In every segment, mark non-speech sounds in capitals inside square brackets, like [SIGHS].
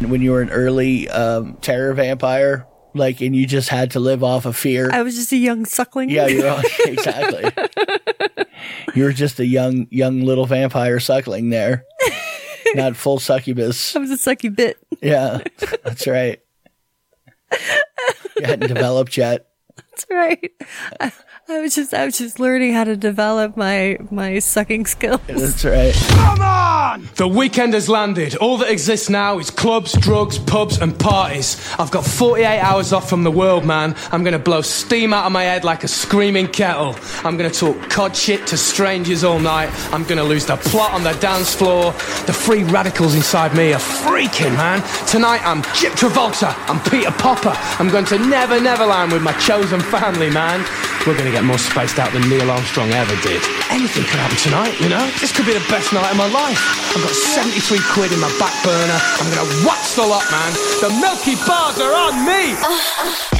when you were an early um, terror vampire, like, and you just had to live off of fear. I was just a young [LAUGHS] suckling. yeah, you're on, [LAUGHS] exactly. you were just a young, young little vampire suckling there, not full succubus. [LAUGHS] I was a sucky bit. Yeah, that's right. You hadn't developed yet. That's right. I, I was just I was just learning how to develop my my sucking skills. That's right. Come on! The weekend has landed. All that exists now is clubs, drugs, pubs, and parties. I've got 48 hours off from the world, man. I'm gonna blow steam out of my head like a screaming kettle. I'm gonna talk cod shit to strangers all night. I'm gonna lose the plot on the dance floor. The free radicals inside me are freaking, man. Tonight I'm Chip Travolta. I'm Peter Popper. I'm going to Never Neverland with my chosen family, man. We're gonna get more spaced out than Neil Armstrong ever did. Anything could happen tonight, you know? This could be the best night of my life. I've got 73 quid in my back burner. I'm gonna watch the lot, man. The Milky Bars are on me!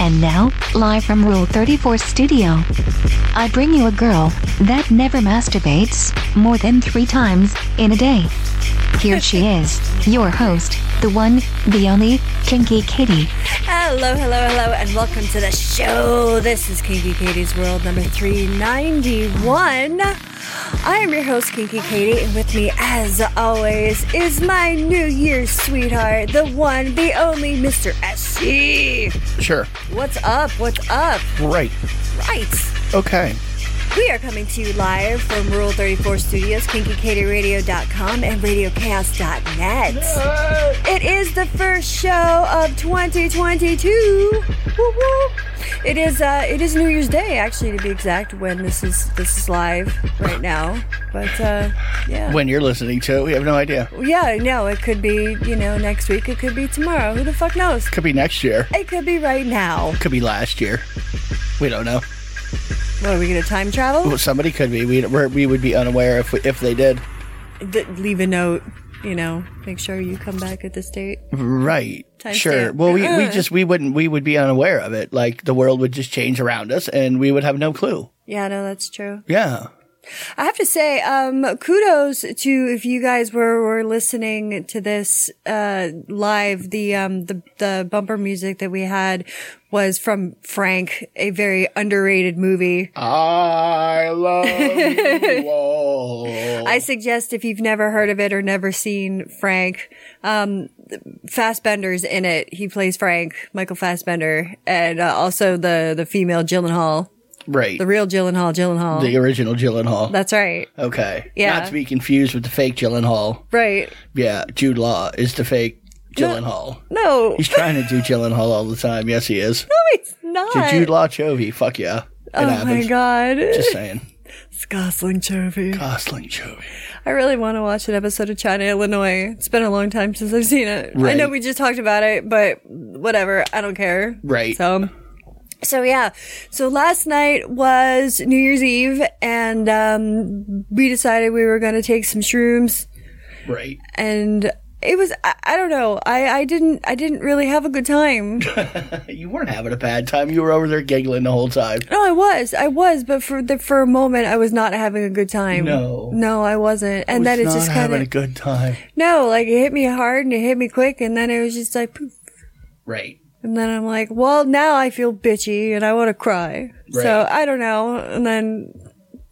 And now, live from Rule 34 Studio, I bring you a girl that never masturbates more than three times in a day. Here she is, your host, the one, the only, Kinky Kitty. Hello, hello, hello, and welcome to the show. This is Kinky Katie's World number 391. I am your host, Kinky Katie, and with me, as always, is my New Year's sweetheart, the one, the only Mr. SC. Sure. What's up? What's up? Right. Right. Okay. We are coming to you live from Rural 34 Studios, KinkyKatieRadio.com, and RadioChaos.net. It is the first show of 2022. Woo woo. It is uh, it is New Year's Day, actually, to be exact. When this is this is live right now, but uh, yeah, When you're listening to it, we have no idea. yeah, no, it could be you know next week, it could be tomorrow. Who the fuck knows? Could be next year. It could be right now. Could be last year. We don't know. What are we gonna time travel? Well, somebody could be. We we're, we would be unaware if we, if they did. Th- leave a note. You know, make sure you come back at this date. Right. Timestamp. sure. Well, we, we Uh. just we wouldn't we would be unaware of it. Like the world would just change around us, and we would have no clue. Yeah, no, that's true. Yeah. I have to say, um, kudos to if you guys were, were listening to this uh, live. The um, the the bumper music that we had was from Frank, a very underrated movie. Oh. I [LAUGHS] love you all. I suggest if you've never heard of it or never seen Frank, um, Fassbender's in it. He plays Frank, Michael Fassbender, and uh, also the the female Gyllenhaal, Right. the The, real Gyllenhaal, Gyllenhaal. original Gyllenhaal. That's right, okay. Yeah. Not to be confused with the fake Gyllenhaal. right? Yeah. Jude Law is the fake Gyllenhaal. No, He's trying to do Gyllenhaal all the time. Yes, he is. no, it's not. To Jude Law Chovy. Fuck yeah. It Oh happens. my god. Just saying. It's [LAUGHS] Gosling Trophy. Gosling Chovy. I really want to watch an episode of China, Illinois. It's been a long time since I've seen it. I Right. know we just talked about it, but whatever. I don't care. Right. So, so yeah. So last night was New Year's Eve and, um, we decided we were going to take some shrooms Right. and it was, I, I don't know. I, I didn't, I didn't really have a good [LAUGHS] time. You weren't having a bad time. You were over there giggling the whole time. No, I was, I was, but for the, for a moment, I was not having a good time. No. no, I wasn't. And then it not just kind having of a good time. No, like it hit me hard and it hit me quick, and then it was just like poof. Right. And then I'm like, well, now I feel bitchy and I want to cry. So Right. I don't know. And then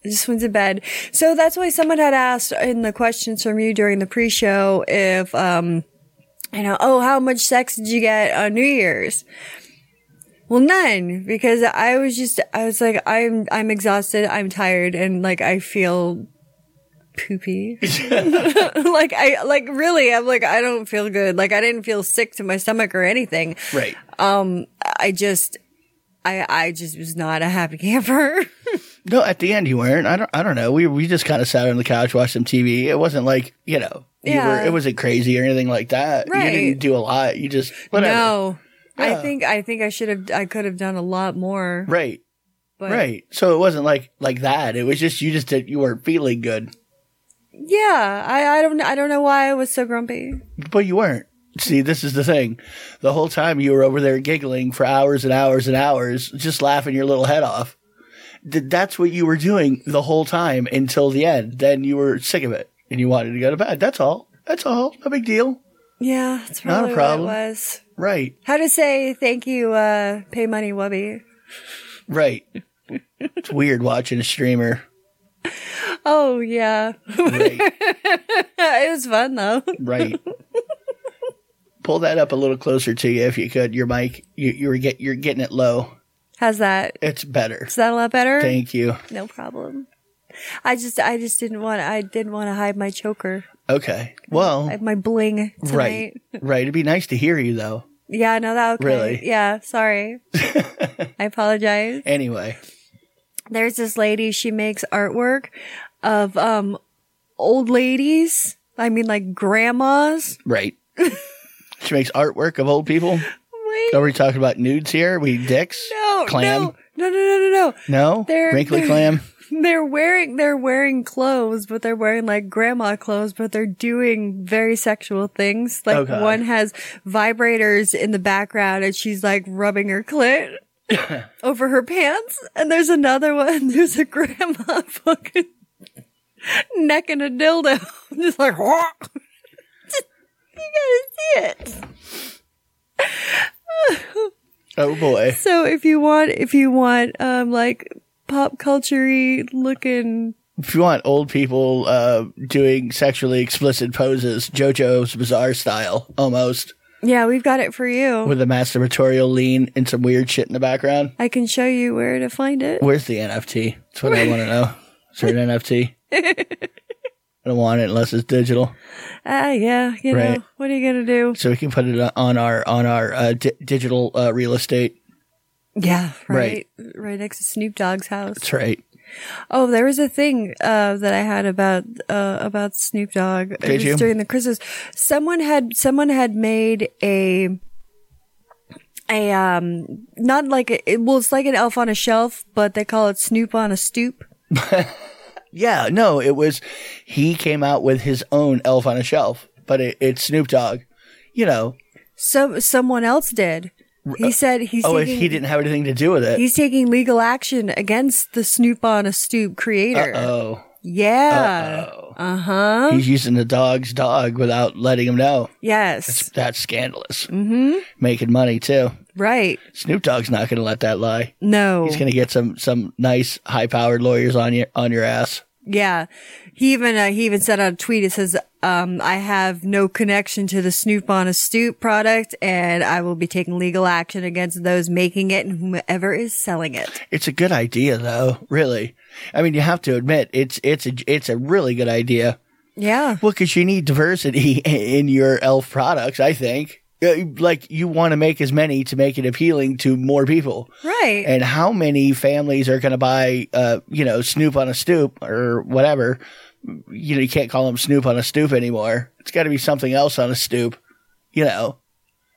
I just went to bed. So that's why someone had asked in the questions from you during the pre-show if, um, you know, oh, how much sex did you get on New Year's? Well, none, because I was just, I was like, I'm, I'm exhausted, I'm tired, and like I feel poopy. [LAUGHS] like I, like really, I'm like I don't feel good. Like I didn't feel sick to my stomach or anything. Right. I just, I, I just was not a happy camper. [LAUGHS] No, at the end you weren't. I don't. I don't know. We we just kind of sat on the couch, watched some TV. It wasn't like you know. You Yeah. were, it wasn't crazy or anything like that. You Right. didn't do a lot. You just whatever. No, I Yeah. think, I think I should have, I could have done a lot more. Right. But Right. So it wasn't like like that. It was just you just did, you weren't feeling good, Yeah, I, I don't, I don't know why I was so grumpy. but you weren't. See, this is the thing. The whole time you were over there giggling for hours and hours and hours, just laughing your little head off. Th- that's what you were doing the whole time until the end. Then you were sick of it and you wanted to go to bed. That's all. That's all. No big deal. Yeah, that's Not a probably problem. what it was. Right. How to say thank you, uh, pay money, Wubby. Right. it's weird watching a streamer. Oh, yeah. Right. it was fun, though. [LAUGHS] right. Pull that up a little closer to you if you could. Your mic, you, you were get, you're getting it low. How's that? It's better. Is that a lot better? Thank you. No problem. I just, I just didn't want, I didn't want to hide my choker, Okay. Well, I have my bling tonight. [LAUGHS] right, right. It'd be nice to hear you though. Yeah, no, that okay. Really? Yeah, sorry. I apologize. Anyway, There's this lady. She makes artwork of um old ladies. I mean, like grandmas. right. she makes artwork of old people. Wait, Are we talking about nudes here? we dicks? no, clam? no, no, no, no, no, No? They're- Wrinkly they're- [LAUGHS] clam? no. They're wearing they're wearing clothes, but they're wearing like grandma clothes, but they're doing very sexual things. Like Okay. one has vibrators in the background, and she's like rubbing her clit. over her pants, and there's another one. [LAUGHS] There's a grandma [LAUGHS] fucking necking a dildo. [LAUGHS] I'm just like, "Wah." you gotta see it. Oh boy. So if you want, if you want, um, like pop culture looking, If you want old people uh, doing sexually explicit poses, JoJo's Bizarre style, almost, yeah, we've got it for you. with a masturbatorial lean and some weird shit in the background. I can show you where to find it. Where's the NFT? That's what I want [LAUGHS] to know. Is there an NFT? I don't want it unless it's digital, Ah, yeah, you know, Right. what are you gonna do? so we can put it on our on our uh, di- digital uh, real estate. Yeah, Right. right, right next to Snoop Dogg's house. That's right. Oh, there was a thing uh, that I had about uh, about Snoop Dogg. it Did was you? during the Christmas. Someone had someone had made a a um not like a it, well, it's like an elf on a shelf, but they call it Snoop on a stoop. Yeah, no, it was he came out with his own Elf on a Shelf, but it, it's Snoop Dogg. You know, Some someone else did. He said he's oh, if taking, he didn't have anything to do with it. he's taking legal action against the Snoop on a stoop creator. Oh, Yeah. Uh huh. he's using the dog's dog without letting him know. Yes. That's scandalous. Mm-hmm. Making money too. Right. Snoop Dogg's not going to let that lie. No. He's going to get some some nice high powered lawyers on your on your ass. Yeah, he even uh, he even sent out a tweet. It says, um, "I have no connection to the Snoop on a Stoop product, and I will be taking legal action against those making it and whomever is selling it." It's a good idea though, really. I mean, you have to admit it's it's a it's a really good idea. Yeah, Well, because you need diversity [LAUGHS] in your elf products, I think. Uh, Like you want to make as many to make it appealing to more people. right. And how many families are going to buy, uh, you know, Snoop on a stoop or whatever? You know, you can't call them Snoop on a stoop anymore. It's got to be something else on a stoop. You know.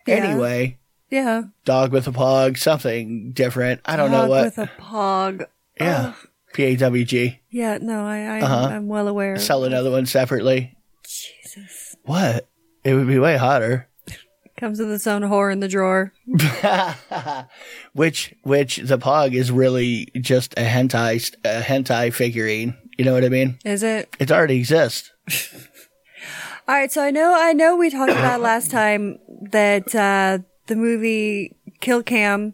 Yeah. Anyway, yeah, dog with a pog, something different. I don't know Dog what. with a pog. yeah. Oh. P A W G. Yeah, no, I, I Uh-huh. I'm well aware. Sell another one separately. Jesus What? It would be way [LAUGHS] hotter. comes with its own whore in the drawer. which which the pog is really just a hentai st- a hentai figurine. You know what I mean? Is it? It already exists. All right, so I know I know we talked about [COUGHS] last time that uh, the movie Kill Cam.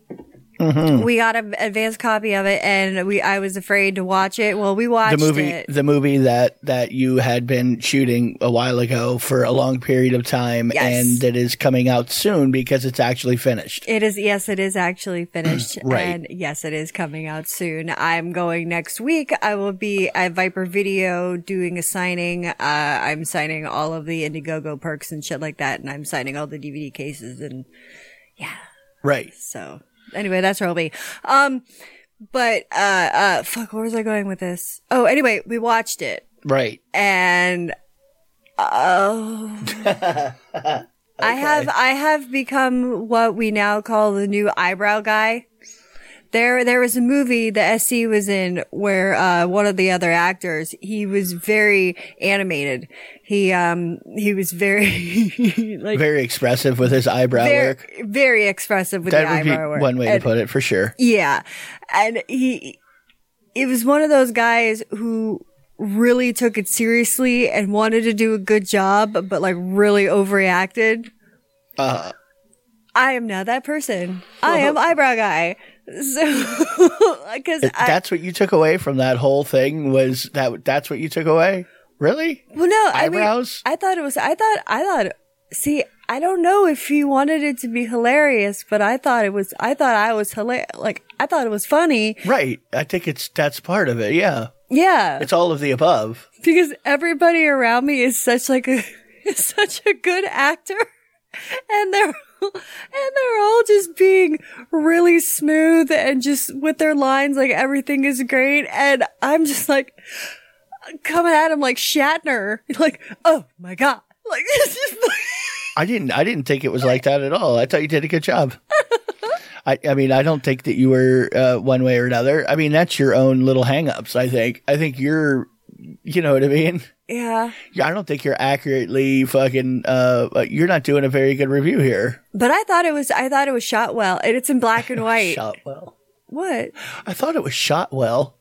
Mm-hmm. We got an advanced copy of it, and we I was afraid to watch it. Well, we watched The movie it. the movie that that you had been shooting a while ago for a long period of time Yes. and that is coming out soon because it's actually finished. It is yes, it [COUGHS] is actually finished, Right. and yes, it is coming out soon. I'm going next week. I will be at Viper Video doing a signing. Uh, I'm signing all of the Indiegogo perks and shit like that, and I'm signing all the DVD cases and Right. So anyway, that's where I'll be. Um, but uh, uh, fuck, where was I going with this? Oh, anyway, we watched it Right. and oh. [LAUGHS] I have I have become what we now call the new eyebrow guy. There there was a movie the SC was in where uh, one of the other actors he was very animated. He um he was very [LAUGHS] like Very expressive with his eyebrow very, work. very expressive with the That would be eyebrow work. one way And- to put it for sure. yeah. And he, it was one of those guys who really took it seriously and wanted to do a good job, but like really overreacted. Uh, I am not that person. I am eyebrow guy. So, [LAUGHS] because I, that's what you took away from that whole thing was that that's what you took away? Really? well, no, Eyebrows? I mean, I thought it was, I thought, I thought, see, I don't know if he wanted it to be hilarious, but I thought it was, I thought I was hilarious. Like, I thought it was funny. Right. I think it's that's part of it. Yeah. Yeah. It's all of the above. because everybody around me is such like a [LAUGHS] is such a good actor [LAUGHS] and they're [LAUGHS] and they're all just being really smooth and just with their lines like everything is great and I'm just like coming at him like Shatner [LAUGHS] like oh my god [LAUGHS] like it's just I didn't I didn't think it was like that at all. I thought you did a good job. I, I mean, I don't think that you were uh, one way or another. I mean, that's your own little hangups. I think. I think you're, you know what I mean. yeah Yeah, I don't think you're accurately fucking. Uh, uh, you're not doing a very good review here. but I thought it was I thought it was shot well and it's in [LAUGHS] black and white Shot well. what I thought it was shot well.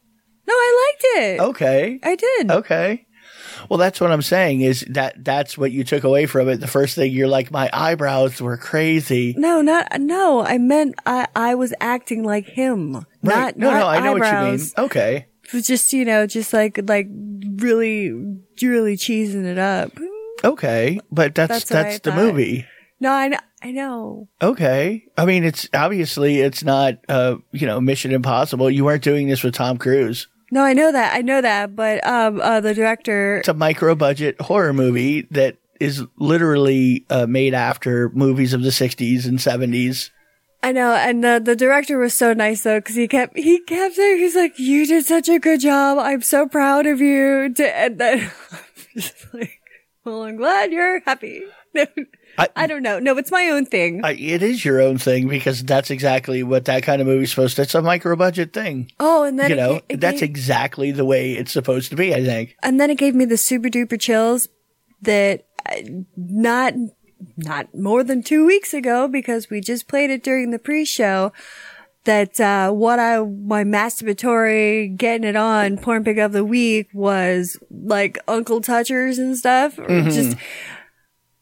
no I liked it Oh. Okay. I did Okay. Well, that's what I'm saying is that that's what you took away from it. The first thing you're like, my eyebrows were crazy. No, not no. I meant I I was acting like him, not no, not no, I know what eyebrows. you mean. Okay. It was just you know, just like like really, really cheesing it up. Okay. But that's, That's what I that's the thought. movie. No, I kn- I know. Okay. I mean, it's obviously it's not, uh, you know, Mission Impossible. You weren't doing this with Tom Cruise. No, I know that. I know that. But um, uh, the director. It's a micro budget horror movie that is literally uh, made after movies of the 60s and 70s. I know, and the the director was so nice though, because he kept he kept saying he's like, "You did such a good job. I'm so proud of you." [LAUGHS] To, and then I'm just like, "Well, I'm glad you're happy." [LAUGHS] No, I- I, don't know. No, it's my own thing. I, it is your own thing because that's exactly what that kind of movie's supposed to. It's a micro budget thing. oh, and then you it know, ga- it that's gave- exactly the way it's supposed to be, I think. and then it gave me the super duper chills that I, not not more than two weeks ago because we just played it during the pre-show that uh, what I my masturbatory getting it on porn pick of the week was like Uncle Touchers and stuff or just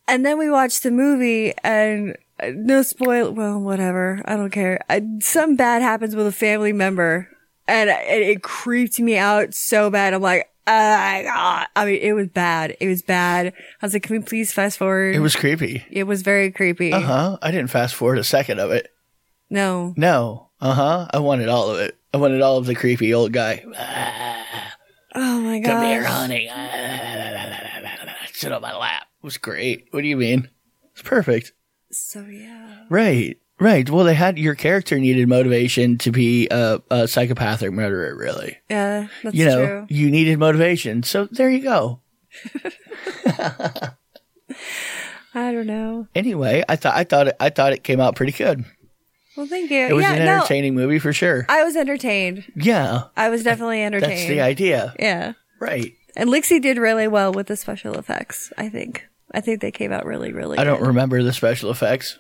and then we watched the movie and uh, no spoil well whatever I don't care I, something bad happens with a family member and I- and it creeped me out so bad I'm like oh my god I mean it was bad it was bad I was like can we please fast forward It was creepy. it was very creepy. Uh huh. I didn't fast forward a second of it. No. No. Uh huh. I wanted all of it. I wanted all of the creepy old guy. [LAUGHS] Oh my god. Come here, honey. Sit on my lap. It was great. What do you mean? It's perfect. So yeah. Right. Right. Well, they had your character needed motivation to be a, a psychopathic murderer, really. Yeah, that's you know, true. you needed motivation. So there you go. I don't know. Anyway, I thought I thought it, I thought it came out pretty good. Well, thank you. It was yeah, an entertaining movie for sure. no, I was entertained. yeah, I was definitely entertained. that's the idea, yeah. right? And Lixie did really well with the special effects, I think. I think they came out really, really I don't good. remember the special effects.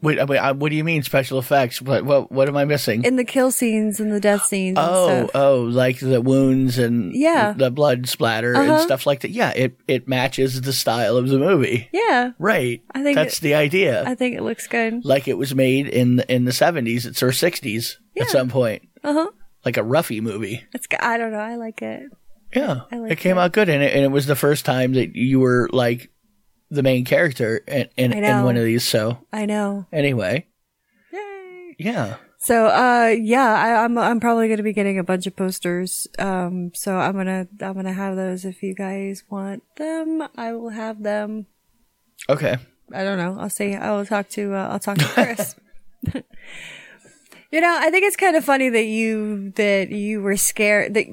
Wait, I- wait, I- what do you mean special effects? What what what am I missing? In the kill scenes and the death scenes and Oh, stuff. oh, like the wounds and Yeah. the blood splatter and Uh-huh. stuff like that. Yeah, it it matches the style of the movie, yeah. right? I think that's it- the idea. I think it looks good. like it was made in the, in the seventies, it's or sixties at some point, Uh huh. like a roughy movie. It's g- I don't know. I like it. Yeah, I like it came that. out good, and it, and it was the first time that you were like the main character in in, I in know. one of these. So I know. anyway, Yay. yeah, So, uh, yeah, I, I'm, I'm probably going to be getting a bunch of posters. Um, so I'm going to, I'm going to have those. If you guys want them, I will have them. okay, I don't know. I'll see. I will talk to, uh, [LAUGHS] I'll talk to Chris. you know, I think it's kind of funny that you, that you were scared that,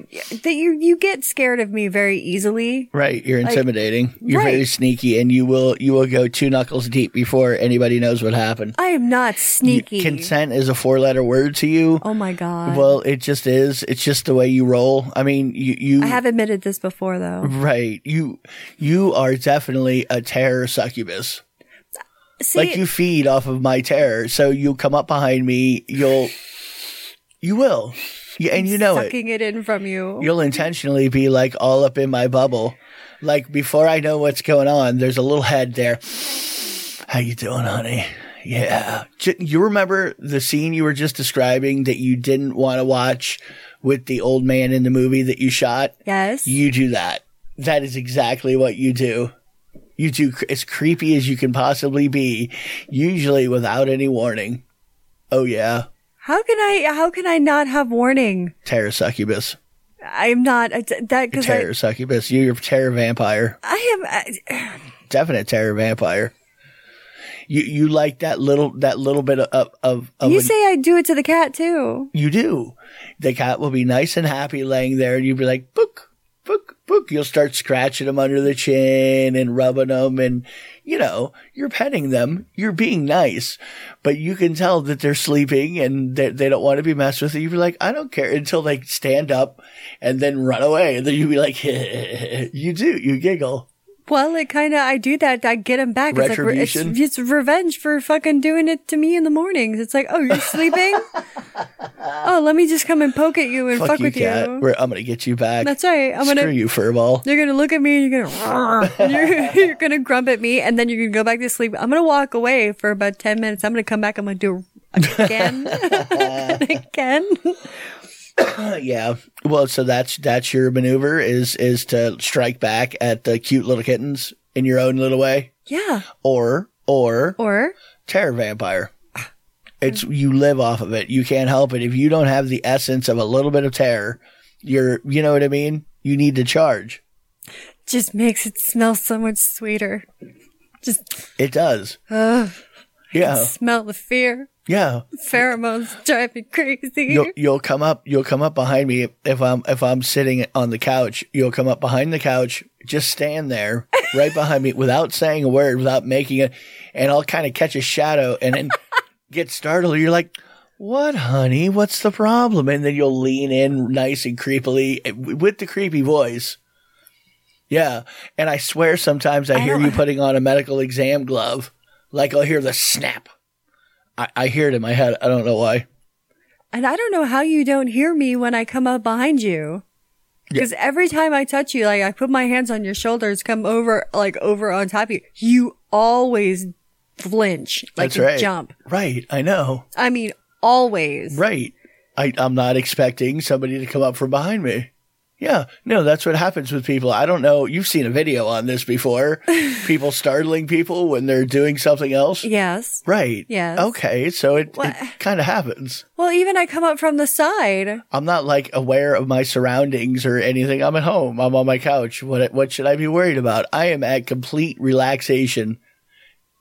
that you, you get scared of me very easily. right. You're intimidating. You're very right. sneaky, and you will you will go two knuckles deep before anybody knows what happened. I am not You- sneaky. consent is a four letter word to you. oh my God. Well, it just is. It's just the way you roll. I mean, you you I have admitted this before though. right. You you are definitely a terror succubus. See, like you feed off of my terror so you come up behind me you'll you will Yeah, and you know it. sucking it. in from you. You'll intentionally be like all up in my bubble. Like before I know what's going on, there's a little head there. How you doing, honey? Yeah. J- You remember the scene you were just describing that you didn't want to watch with the old man in the movie that you shot? yes. You do that. That is exactly what you do. You do cr- as creepy as you can possibly be, usually without any warning. Oh yeah, how can I? How can I not have warning? terror succubus, I'm not I- that because I, terror succubus. You're a terror vampire, I am. I, definite terror vampire. You you like that little that little bit of of, of you an- say I do it to the cat too. you do. The cat will be nice and happy laying there, and you'll be like, book, book, book. You'll start scratching them under the chin and rubbing them, and you know, you're petting them, you're being nice, but you can tell that they're sleeping and they, they don't want to be messed with. And you'll be like, I don't care until they stand up and then run away. And then you'll be like, [LAUGHS] you do, you giggle. Well, it kind of I do that. I get him back. It's like re- it's, Retribution? it's revenge for fucking doing it to me in the mornings. It's like, [LAUGHS] oh, you're sleeping. oh, let me just come and poke at you and fuck, Fuck, you, with cat. you. We're, I'm gonna get you back. That's right. I'm Screw gonna. you, furball. You're gonna look at me and you're gonna [LAUGHS] [LAUGHS] and you're, you're gonna grump at me and then you're gonna go back to sleep. I'm gonna walk away for about ten minutes. I'm gonna come back. I'm gonna do [LAUGHS] it again, [LAUGHS] again. Uh, Yeah. Well, so that's that's your maneuver is is to strike back at the cute little kittens in your own little way, Yeah. or or Or terror vampire. It's you live off of it. You can't help it. If you don't have the essence of a little bit of terror, you're you know what I mean. You need to charge. just makes it smell so much sweeter. Just It does. yeah, smell the fear. yeah. Pheromones drive me crazy. You'll you'll come up. You'll come up behind me if I'm if I'm sitting on the couch. You'll come up behind the couch. Just stand there, right behind me, without saying a word, without making it, and I'll kind of catch a shadow and then get startled. You're like, "What, honey? What's the problem?" And then you'll lean in, nice and creepily, eh, w- with the creepy voice. Yeah, and I swear sometimes I, hear you putting on a medical exam glove. Like I'll hear the snap. I, I hear it in my head. I don't know why. And I don't know how you don't hear me when I come up behind you. Because every time I touch you, like I put my hands on your shoulders, come over, like over on top of you, you always flinch, like That's you right. jump. Right, I know. I mean, always. Right. I, I'm not expecting somebody to come up from behind me. Yeah, no, that's what happens with people. I don't know. You've seen a video on this [LAUGHS] before. people startling people when they're doing something else. Yes. Right. Yes. Okay, so it, What? it kind of happens. Well, even I come up from the side. I'm not like aware of my surroundings or anything. I'm at home. I'm on my couch. What what should I be worried about? I am at complete relaxation,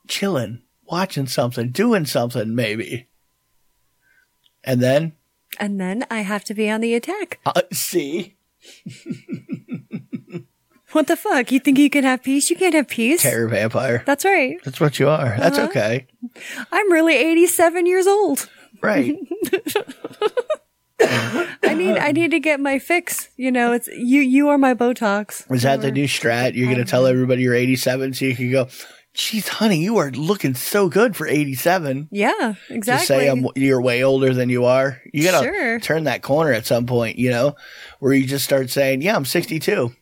chilling, watching something, doing something maybe. And then And then I have to be on the attack. Uh, see, What the fuck? You think you can have peace? You can't have peace. terror vampire. That's right. That's what you are. That's okay. I'm really 87 years old. Right. I need, I need to get my fix. You know, it's you, you are my Botox. Is that the new strat? You're going to tell everybody you're 87 so you can go, geez, honey, you are looking so good for 87. Yeah, exactly. To say I'm, you're way older than you are. You got to Sure. turn that corner at some point, you know, where you just start saying, yeah, I'm 62.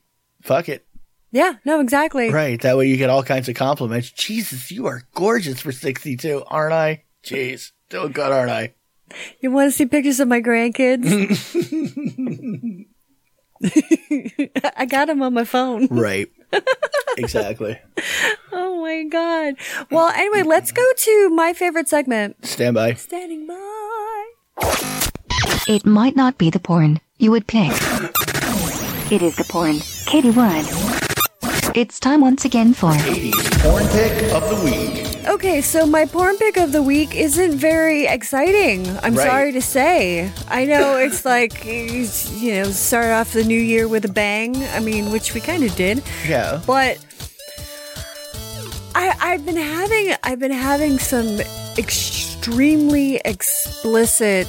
Fuck it. Yeah, no, exactly. Right. That way you get all kinds of compliments. Jesus, you are gorgeous for 62, aren't I? Jeez, doing good, aren't I? You want to see pictures of [LAUGHS] my grandkids? [LAUGHS] I got them on my phone. [LAUGHS] Right. exactly. Oh my god. Well, anyway, let's go to my favorite segment. Stand by. Standing by. It might not be the porn you would pick. It is the porn Katie would. It's time once again for Porn pick of the week. Okay, so my porn pick of the week isn't very exciting. I'm Right. sorry to say. I know it's [LAUGHS] like you know, start off the new year with a bang. I mean, which we kind of did. Yeah. but I, I've been having I've been having some extremely explicit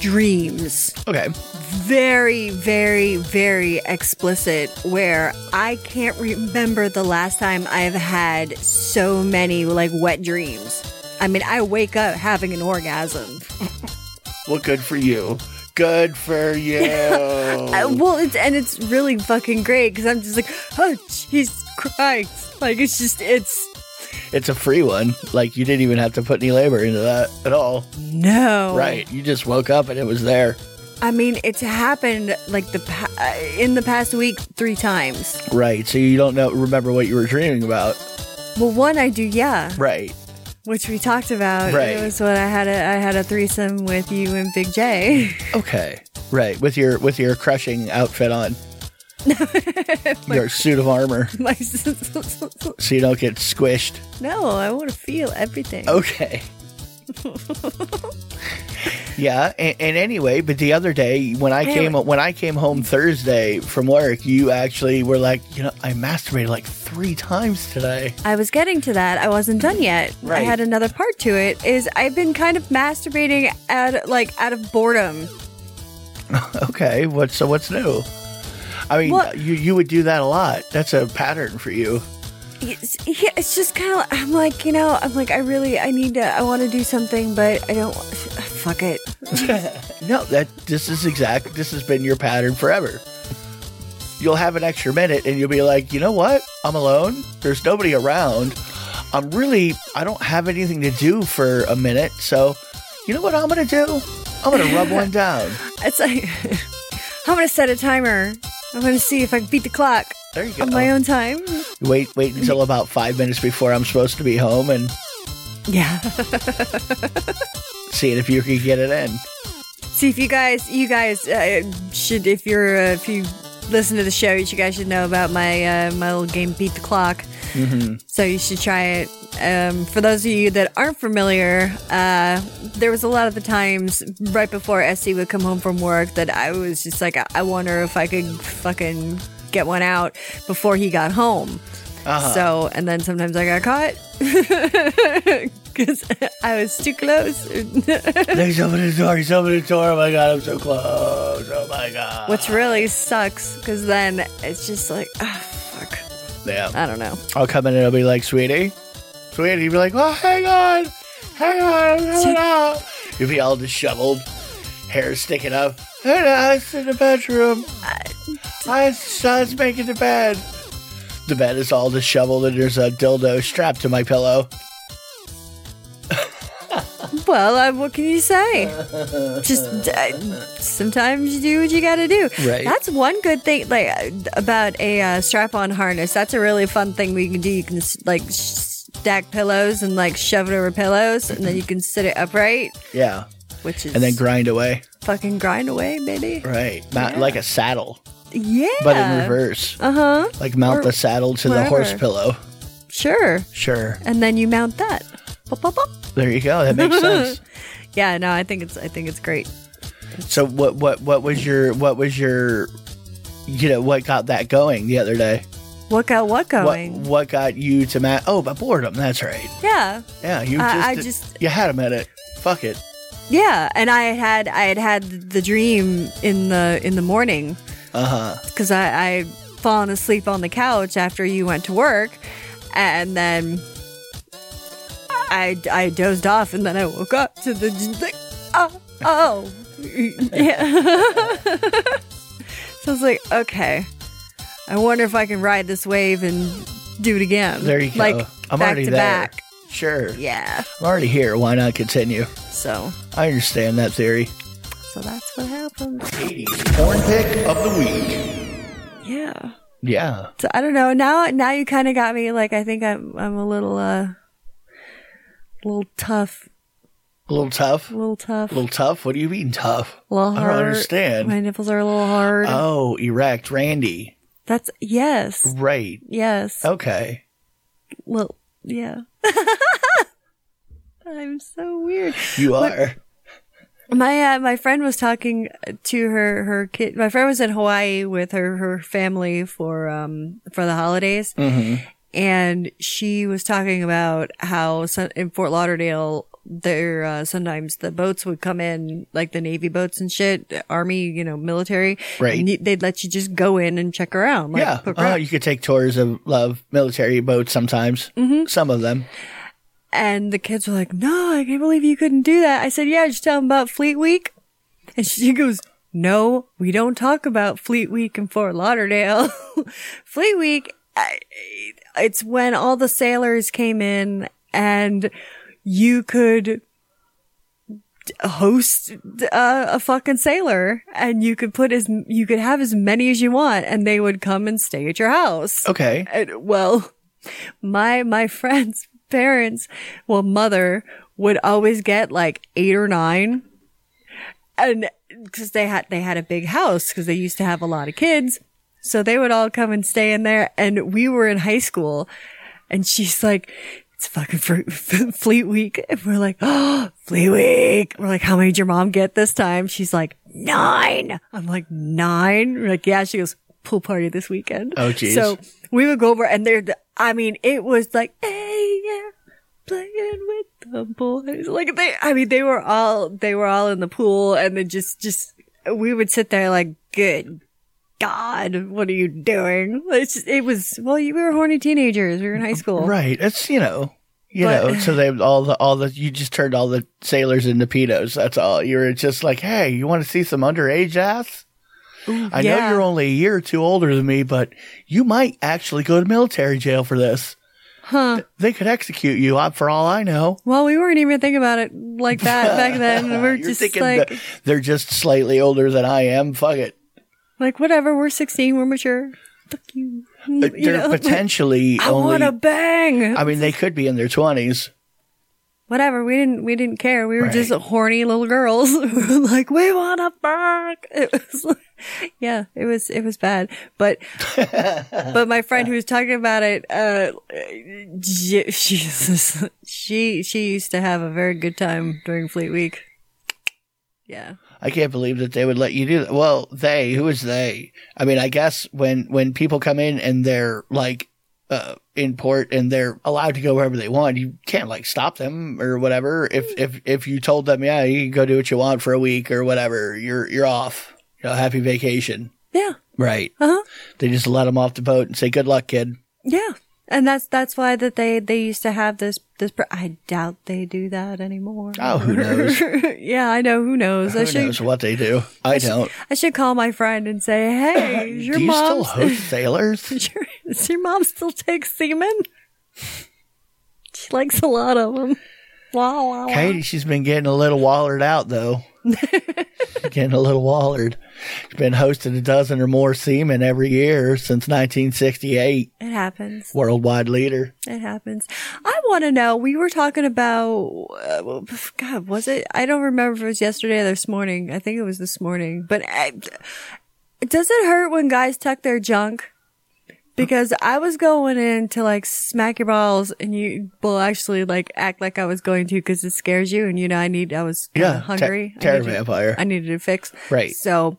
dreams. Okay. Very, very, very explicit where I can't remember the last time I've had so many like wet dreams. I mean, I wake up having an orgasm. Well, good for you. Good for you. [LAUGHS] Uh, well, it's and it's really fucking great because I'm just like, oh, Jesus Christ! Like it's just it's it's a free one. Like you didn't even have to put any labor into that at all. no Right. You just woke up and it was there. I mean, it's happened like the pa- uh, in the past week three times. Right. So you don't know remember what you were dreaming about. Well, one I do, yeah, Right. which we talked about. Right. It was when I had a I had a threesome with you and Big J. [LAUGHS] Okay. Right. With your with your crushing outfit on. your suit of armor. My- So you don't get squished. [LAUGHS] no, I want to feel everything. Okay. yeah, and, and anyway, but the other day when I came Anyway. when I came home Thursday from work, you actually were like, you know, I masturbated like three times today. I was getting to that. I wasn't done yet. I Right. had another part to it. Is I've been kind of masturbating out like out of boredom. Okay, what so what's new? I mean, What- you you would do that a lot. That's a pattern for you. It's, yeah, it's just kind of. I'm like, you know, I'm like, I really, I need to, I want to do something, but I don't. [SIGHS] Fuck it. No, that this is exact. This has been your pattern forever. You'll have an extra minute, and you'll be like, you know what? I'm alone. There's nobody around. I'm really. I don't have anything to do for a minute. So, you know what I'm gonna do? I'm gonna rub one down. It's like [LAUGHS] I'm gonna set a timer. I'm gonna see if I can beat the clock There you go. on my own time. Wait, wait until about five minutes before I'm supposed to be home, and Yeah. seeing if you can get it in. see if you guys, you guys uh, should, if you're, uh, if you listen to the show, you guys should know about my uh, my little game, beat the clock. So you should try it. Um, for those of you that aren't familiar, uh, there was a lot of the times right before SC would come home from work that I was just like, I, I wonder if I could fucking get one out before he got home. So, and then sometimes I got caught [LAUGHS] because I was too close. He's opening the door. He's opening the door. Oh my god, I'm so close. Oh my god. Which really sucks because then it's just like, ah, fuck. Yeah. I don't know. I'll come in and I'll be like, sweetie, sweetie. You'll be like, oh, hang on, hang on, I'm coming out. You'll be all disheveled, hair sticking up. And I was in the bedroom. Uh, I was, I was making the bed. The bed is all disheveled and there's a dildo strapped to my pillow. Well, uh, what can [LAUGHS] you say? Just uh, sometimes you do what you got to do. Right. That's one good thing, like uh, about a uh, strap-on harness. That's a really fun thing we can do. You can s- like s- stack pillows and like shove it over pillows, and then you can sit it upright, Yeah. which is And then grind away. fucking grind away, baby. Right. Not like a saddle, Yeah. but in reverse. Uh huh. Like mount Or the saddle to the wherever. horse pillow. Sure. Sure. And then you mount that. Pop, pop, pop. There you go. That makes [LAUGHS] sense. Yeah. No, I think it's I think it's great. So what what what was your what was your you know what got that going the other day? What got what What going? what got you to ma Oh, but boredom. That's right. Yeah. Yeah, you I- just, I just- you had a minute. Fuck it. Yeah, and I had I had had the dream in the in the morning Uh huh. because I I fallen asleep on the couch after you went to work, and then I I dozed off, and then I woke up to the like oh oh [LAUGHS] yeah. [LAUGHS] so I was like, okay, I wonder if I can ride this wave and do it again. There you go. Like I'm back already to there. back. Sure. Yeah. I'm already here. Why not continue? So I understand that theory. so that's what happened. Porn pick of the week. Yeah. Yeah. So I don't know. Now, now you kind of got me. Like I think I'm, I'm a little, uh, a little tough, A little tough. a A little tough, a little tough. What do you mean tough? little I hard. don't understand. My nipples are a little hard. Oh, erect, Randy. That's yes, Right. yes. Oh. Okay. Well, yeah. [LAUGHS] I'm so weird. You are. My uh, my friend was talking to her her kid. My friend was in Hawaii with her her family for um for the holidays, Mm-hmm. and she was talking about how some, in Fort Lauderdale there uh, sometimes the boats would come in like the Navy boats and shit, Army you know military, Right. And you- they'd let you just go in and check around, like, Yeah, poke uh, around. you could take tours of love military boats sometimes. Mm-hmm. Some of them. And the kids were like, "No, I can't believe you couldn't do that." I said, "Yeah, just tell them about Fleet Week." [LAUGHS] And she goes, no, we don't talk about Fleet Week in Fort Lauderdale. [LAUGHS] Fleet Week, I- it's when all the sailors came in and you could host uh, a fucking sailor and you could put as you could have as many as you want and they would come and stay at your house Okay. and, well, my my friend's [LAUGHS] parents, well, mother would always get like eight or nine, and because they had they had a big house because they used to have a lot of kids, so they would all come and stay in there. And we were in high school, and she's like. It's fucking fruit, [LAUGHS] Fleet Week. And we're like, oh, Fleet Week. We're like, how many did your mom get this time? She's like, nine. I'm like, 9 We're like, yeah. She goes, pool party this weekend. Oh, jeez. So we would go over and they're, I mean, it was like, hey, yeah, playing with the boys. Like they, I mean, they were all, they were all in the pool and then just, just, we would sit there like, good God, what are you doing? It's just- it was, well, you we were horny teenagers. We were in high [LAUGHS] school. Right. It's you know, you But- know. So they all the all the you just turned all the sailors into pedos. That's all. You were just like, hey, you want to see some underage ass? I know yeah. you're only a year or two older than me, but you might actually go to military jail for this. Huh. They could execute you uh, for all I know. Well, we weren't even thinking about it like that back [LAUGHS] then. We We're You're just thinking like, that they're just slightly older than I am. Fuck it. like whatever. We're 16. We're mature. Fuck you. They're You know, [LAUGHS] like, potentially I only. want to bang. I mean, they could be in their twenties. whatever. We didn't we didn't care. We were Right. just horny little girls. [LAUGHS] We were like we want to fuck. [LAUGHS] It was like- yeah, it was it was bad. [LAUGHS] But but my friend who was talking about it, uh, [LAUGHS] she she she used to have a very good time during Fleet Week. Yeah. I can't believe that they would let you do that. Well, they, who is they? I mean, I guess when, when people come in and they're like, uh, in port and they're allowed to go wherever they want, you can't like stop them or whatever. If, if, if you told them, yeah, you can go do what you want for a week or whatever, you're, you're off. You know, happy vacation. Yeah. Right. Uh-huh. They just let them off the boat and say, good luck, kid. Yeah. And that's that's why that they they used to have this this. Pr- I doubt they do that anymore. Oh, who knows? [LAUGHS] yeah, I know. Who knows? I who should knows what they do? I don't. I should call my friend and say, "Hey, is [LAUGHS] your do you still mom host [LAUGHS] sailors? is your, does your mom still take semen? She likes a lot of them." La, la, la. Katie, she's been getting a little wallered out [LAUGHS] though. She's getting a little wallered. She's been hosting a dozen or more seamen every year since 1968. It happens. Worldwide leader. It happens. I want to know. We were talking about uh, well, pff, God, was it? I don't remember if it was yesterday or this morning. I think it was this morning. But I, does it hurt when guys tuck their junk? Because I was going in to like smack your balls, and you well actually like act like I was going to because it scares you, and you know I need I was kinda Yeah, te- hungry. I terror needed- vampire. [LAUGHS] I needed a fix. Right. So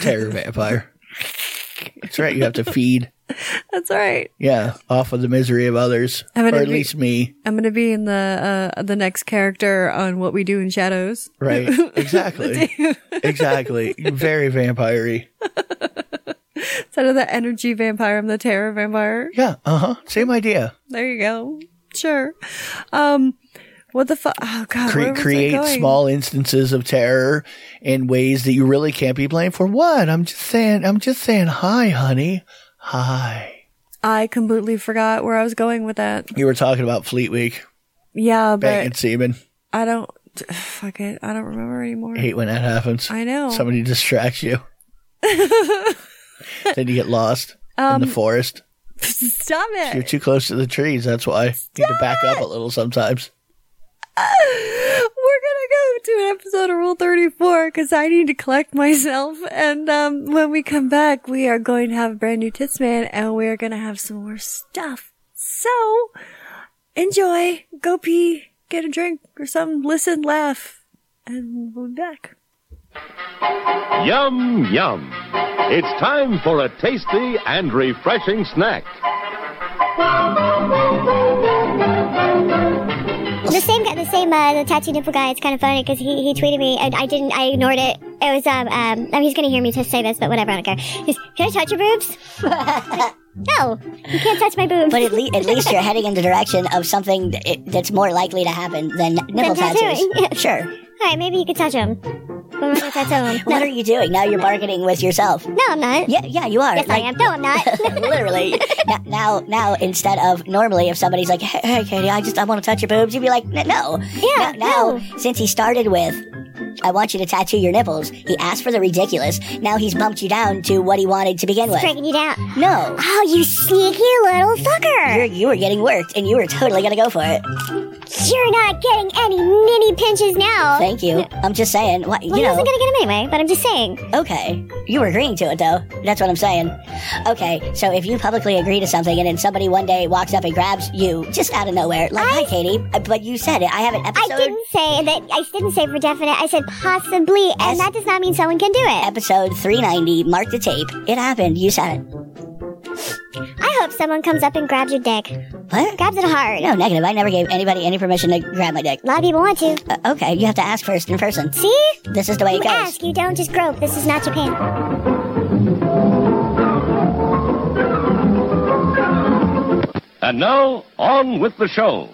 Terror vampire. That's right. You have to feed. that's all right. Yeah. Off of the misery of others. I'm Or gonna at be- least me. I'm gonna be in the uh, the next character on what we do in shadows. [LAUGHS] Right. Exactly. exactly. Very vampire Instead of the energy vampire, I'm the terror vampire. Yeah. Uh huh. Same idea. There you go. Sure. Um, what the fuck? Oh god. where Cre- was I create going? small instances of terror in ways that you really can't be blamed for. What? I'm just saying. I'm just saying. Hi, honey. Hi. I completely forgot where I was going with that. You were talking about Fleet Week, Yeah, banging but semen. I don't. [SIGHS] Fuck it. I don't remember anymore. Hate when that happens. I know. Somebody distracts [LAUGHS] you. then you get lost Um, in the forest. Stop You're it. too close to the trees. That's why. You need to back up a little sometimes. We're gonna go to an episode of Rule Thirty Four because I need to collect myself. And um, when we come back, we are going to have a brand new tits man, and we are gonna have some more stuff. So enjoy. Go pee. Get a drink or something. Listen, laugh, and we'll be back. Yum, yum. It's time for a tasty and refreshing snack. The same guy, the same uh, the tattoo nipple guy. It's kind of funny because he, he tweeted me and I didn't. I ignored it. It was um, um I mean, he's gonna hear me just say this, but whatever. I don't care. He's, Can I touch your [LAUGHS] boobs? no, you can't touch my boobs. But at, le- at least you're heading in the direction of something th- it- that's more likely to happen than nipple tattooing. [LAUGHS] tattoos. Sure. All right, maybe you could touch him. When was it tattoo? What are you doing? Now you're bargaining with yourself. No, I'm not. Yeah, yeah, you are. Yes, I am. No, I'm [LAUGHS] not. [LAUGHS] Literally. now, now, now, instead of normally, if somebody's like, "Hey, hey, Katie, I just I want to touch your boobs," you'd be like, "N- "No." Yeah, Now, no. now since he started with, "I want you to tattoo your nipples," he asked for the ridiculous. Now he's bumped you down to what he wanted to begin with. Dragging you down. No. Oh, you sneaky little Oh, fucker. You're, you were getting worked, and you were totally gonna go for it. You're not getting any mini pinches now. Thank you. I'm just saying. What you Oh, well, he know? wasn't gonna get him anyway, but I'm just saying. Okay. You were agreeing to it, though. That's what I'm saying. Okay, so if you publicly agree to something and then somebody one day walks up and grabs you just out of nowhere, like, hi, Katie, uh, but you said it. I have an I episode. didn't say that. I didn't say for definite. I said possibly, As- and that does not mean someone can do it. Episode 390, mark the tape. It happened. You said it. I hope someone comes up and grabs your dick. What? Grabs it hard. No, negative. I never gave anybody any permission to grab my dick. A lot of people want to. Uh, okay, you have to ask first in person. See? This is the way You it goes. ask. You don't just grope. This is not Japan. And now, on with the show.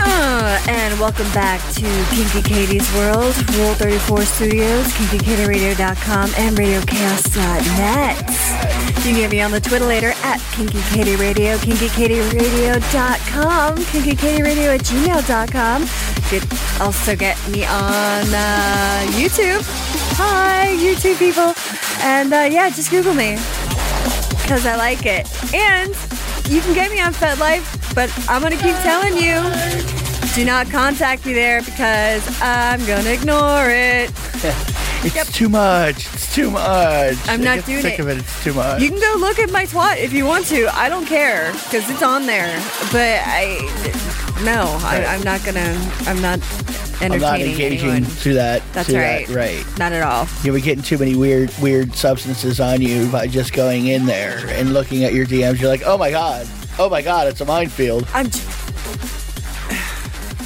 Uh, and welcome back to Kinky Katie's World, Rule 34 Studios, KinkyKatieRadio.com, and RadioChaos.net. You can get me on the Twitter later at Kinky Katie Radio, KinkyKatieRadio.com, KinkyKatieRadio at gmail.com. You could also get me on uh, YouTube. Hi, YouTube people. And uh, yeah, just Google me because I like it. And you can get me on FetLife, but I'm going to keep telling you do not contact me there because I'm going to ignore it. It's Yep. too much. It's too much. I'm I not get doing sick it. of it. It's too much. You can go look at my twat if you want to. I don't care because it's on there. But I, no, I, I'm not going to, I'm not entertaining I'm not engaging anyone. to that. That's to right. That, right. Not at all. You were getting too many weird, weird substances on you by just going in there and looking at your DMs. You're like, oh my god, oh my god, it's a minefield. I'm j-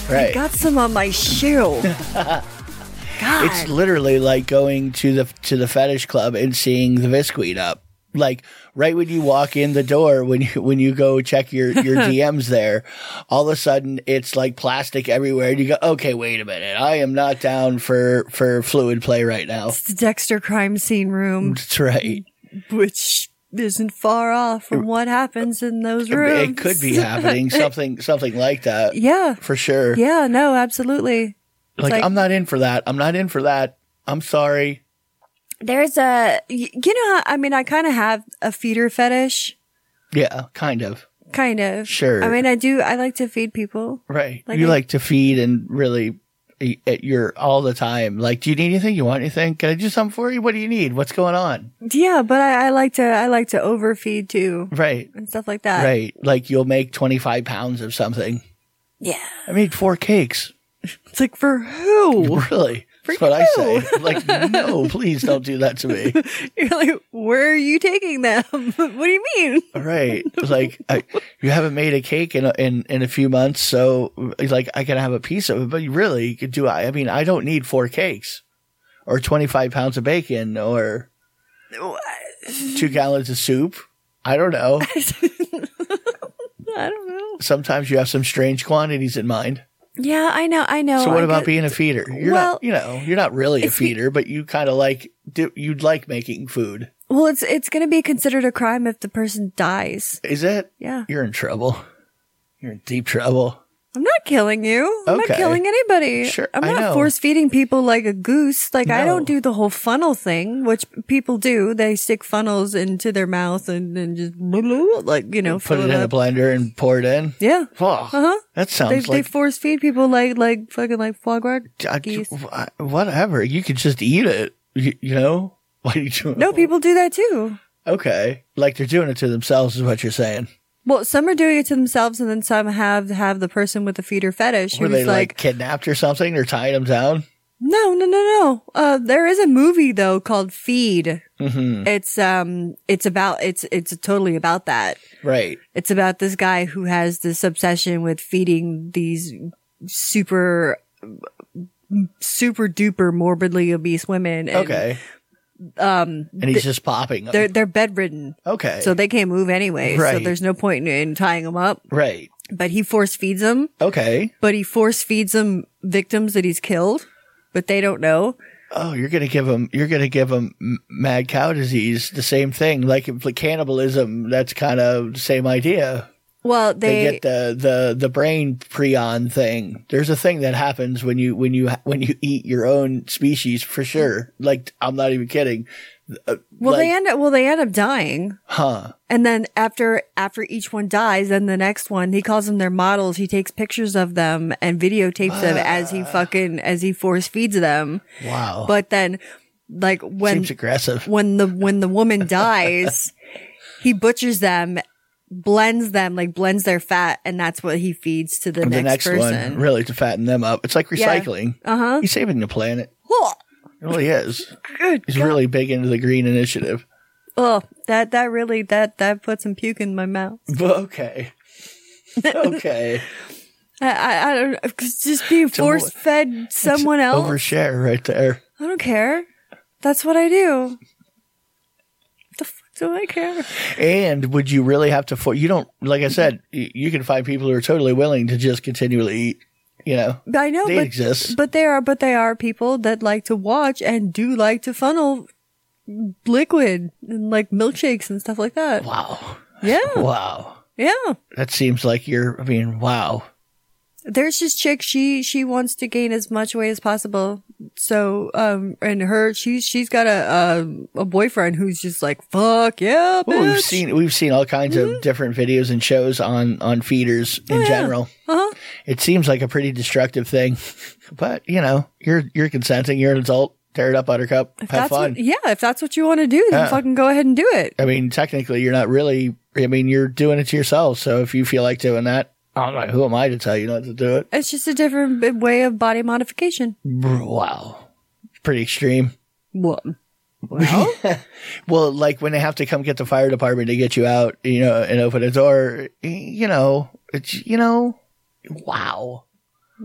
Oh Right. got some on [LAUGHS] my shoe. God. It's literally like going to the to the fetish club and seeing the visqueen up. Like right when you walk in the door, when you when you go check your your [LAUGHS] DMs there, all of a sudden it's like plastic everywhere, and you go, okay, wait a minute, I am not down for for fluid play right now. it's the Dexter crime scene room. That's right. which isn't far off from what happens in those rooms. It could be [LAUGHS] happening something something like that Yeah. for sure. Yeah, no, absolutely. like, like- I'm not in for that. I'm not in for that. I'm sorry. There's a, y- you know, how- I mean, I kind of have a feeder fetish, Yeah, kind of. kind of. Sure. I mean, I do, I like to feed people. Right. Like you I- like to feed and really eat at your all the time. Like, do you need anything? You want anything? Can I do something for you? What do you need? What's going on? Yeah, but I, I like to, I like to overfeed too Right. and stuff like that. right. Like you'll make 25 pounds of something. Yeah. I made four cakes. It's like for who? Really? That's what I say. Like, no, please don't do that to [LAUGHS] me. [LAUGHS] You're like, where are you taking them? [LAUGHS] what do you mean? Right. Like, I, you haven't made a cake in, a, in, in a few months. So like I can have a piece of it, but really do I, I mean, I don't need four cakes or 25 pounds of bacon or two gallons of soup. I don't [LAUGHS] know. I don't know. Sometimes you have some strange quantities in mind. Yeah, I know, I know. So what Oh, I about get- being a feeder? You're Well, not, you know, you're not really a it's be- feeder, but you kind of like do, you'd like making food. Well, it's it's going to be considered a crime if the person dies. Is it? Yeah. You're in trouble. You're in deep trouble. I'm not killing you. I'm Okay. not killing anybody. Sure, I'm I know. not force feeding people like a goose. Like No. I don't do the whole funnel thing, which people do. They stick funnels into their mouth and then just blah, blah, like you know Put fill it in a up. blender and pour it in. Yeah. Oh, Uh-huh. That They, sounds they like force feed people like like fucking like foie gras. I- geese. wha- whatever. You could just eat it. You, you know? [LAUGHS] Why do you do No, people do that too. Okay. Like they're doing it to themselves is what you're saying. Well, some are doing it to themselves, and then some have have the person with the feeder fetish Were who's they like like kidnapped or something or tying them down? No, no, no, no. Uh, there is a movie though called Feed. Mm-hmm. It's um, it's about it's it's totally about that. Right. It's about this guy who has this obsession with feeding these super, super duper morbidly obese women. And Okay. Um, and he's just popping. They're Them. they're bedridden, Okay. so they can't move anyway. So Right. there's no point in tying them up. right. But he force feeds them. Okay. But he force feeds them victims that he's killed, but they don't know. oh, you're gonna give them, you're gonna give them mad cow disease, the same thing, like if- cannibalism. That's kind of the same idea. Well, They, they, get the, the the brain prion thing. There's a thing that happens when you when you when you eat your own species for sure. Like I'm not even kidding. well, they like- end up, well, they end up dying. Huh. And then after after each one dies, then the next one, he calls them their models. He takes pictures of them and videotapes them as Ah. he fucking as he force feeds them. Wow. But then, like when Seems aggressive. when the when the [LAUGHS] woman dies, he butchers them, blends them, like blends their fat, and that's what he feeds to the, the next, next, person. one, really, to fatten them up. It's like Yeah. recycling. Uh huh. He's saving the planet. Oh, It really is. good. He's really big into the green initiative. [LAUGHS] Oh, that that really that that put some puke in my mouth. But [LAUGHS] okay. okay. I I, I don't know, 'cause just being a mo- force fed someone else. Overshare right there. I don't care. That's what I do. The fuck do I care? And would you really have to? For- you don't. Like I said, y- you can find people who are totally willing to just continually eat. You know, But I know, they but, exist. but they are, but they are people that like to watch and do like to funnel liquid and like milkshakes and stuff like that. Wow. Yeah, Wow. yeah. That seems like you're. I mean, wow. There's this chick. She she wants to gain as much weight as possible. So um, and her she's she's got a a, a boyfriend who's just like fuck yeah, Well, bitch." we've seen we've seen all kinds Mm-hmm. of different videos and shows on on feeders in general. Oh, Uh-huh. It seems like a pretty destructive thing, [LAUGHS] but you know, you're you're consenting. You're an adult. Tear it up, Buttercup. Have That's fun. what, yeah, if that's what you want to do, then Yeah. fucking go ahead and do it. I mean, technically, you're not really. I mean, you're doing it to yourself. So if you feel like doing that, I'm like, who am I to tell you not to do it? It's just a different b- way of body modification. Wow, pretty extreme. Well, Well, like when they have to come get the fire department to get you out, you know, and open a door, y- you know, it's you know, wow.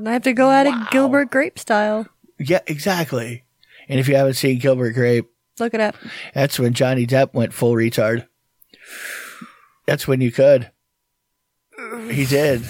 I have to go at it Gilbert Grape style. Yeah, exactly. And if you haven't seen Gilbert Grape, Look it up. that's when Johnny Depp went full retard. That's when you could. He did.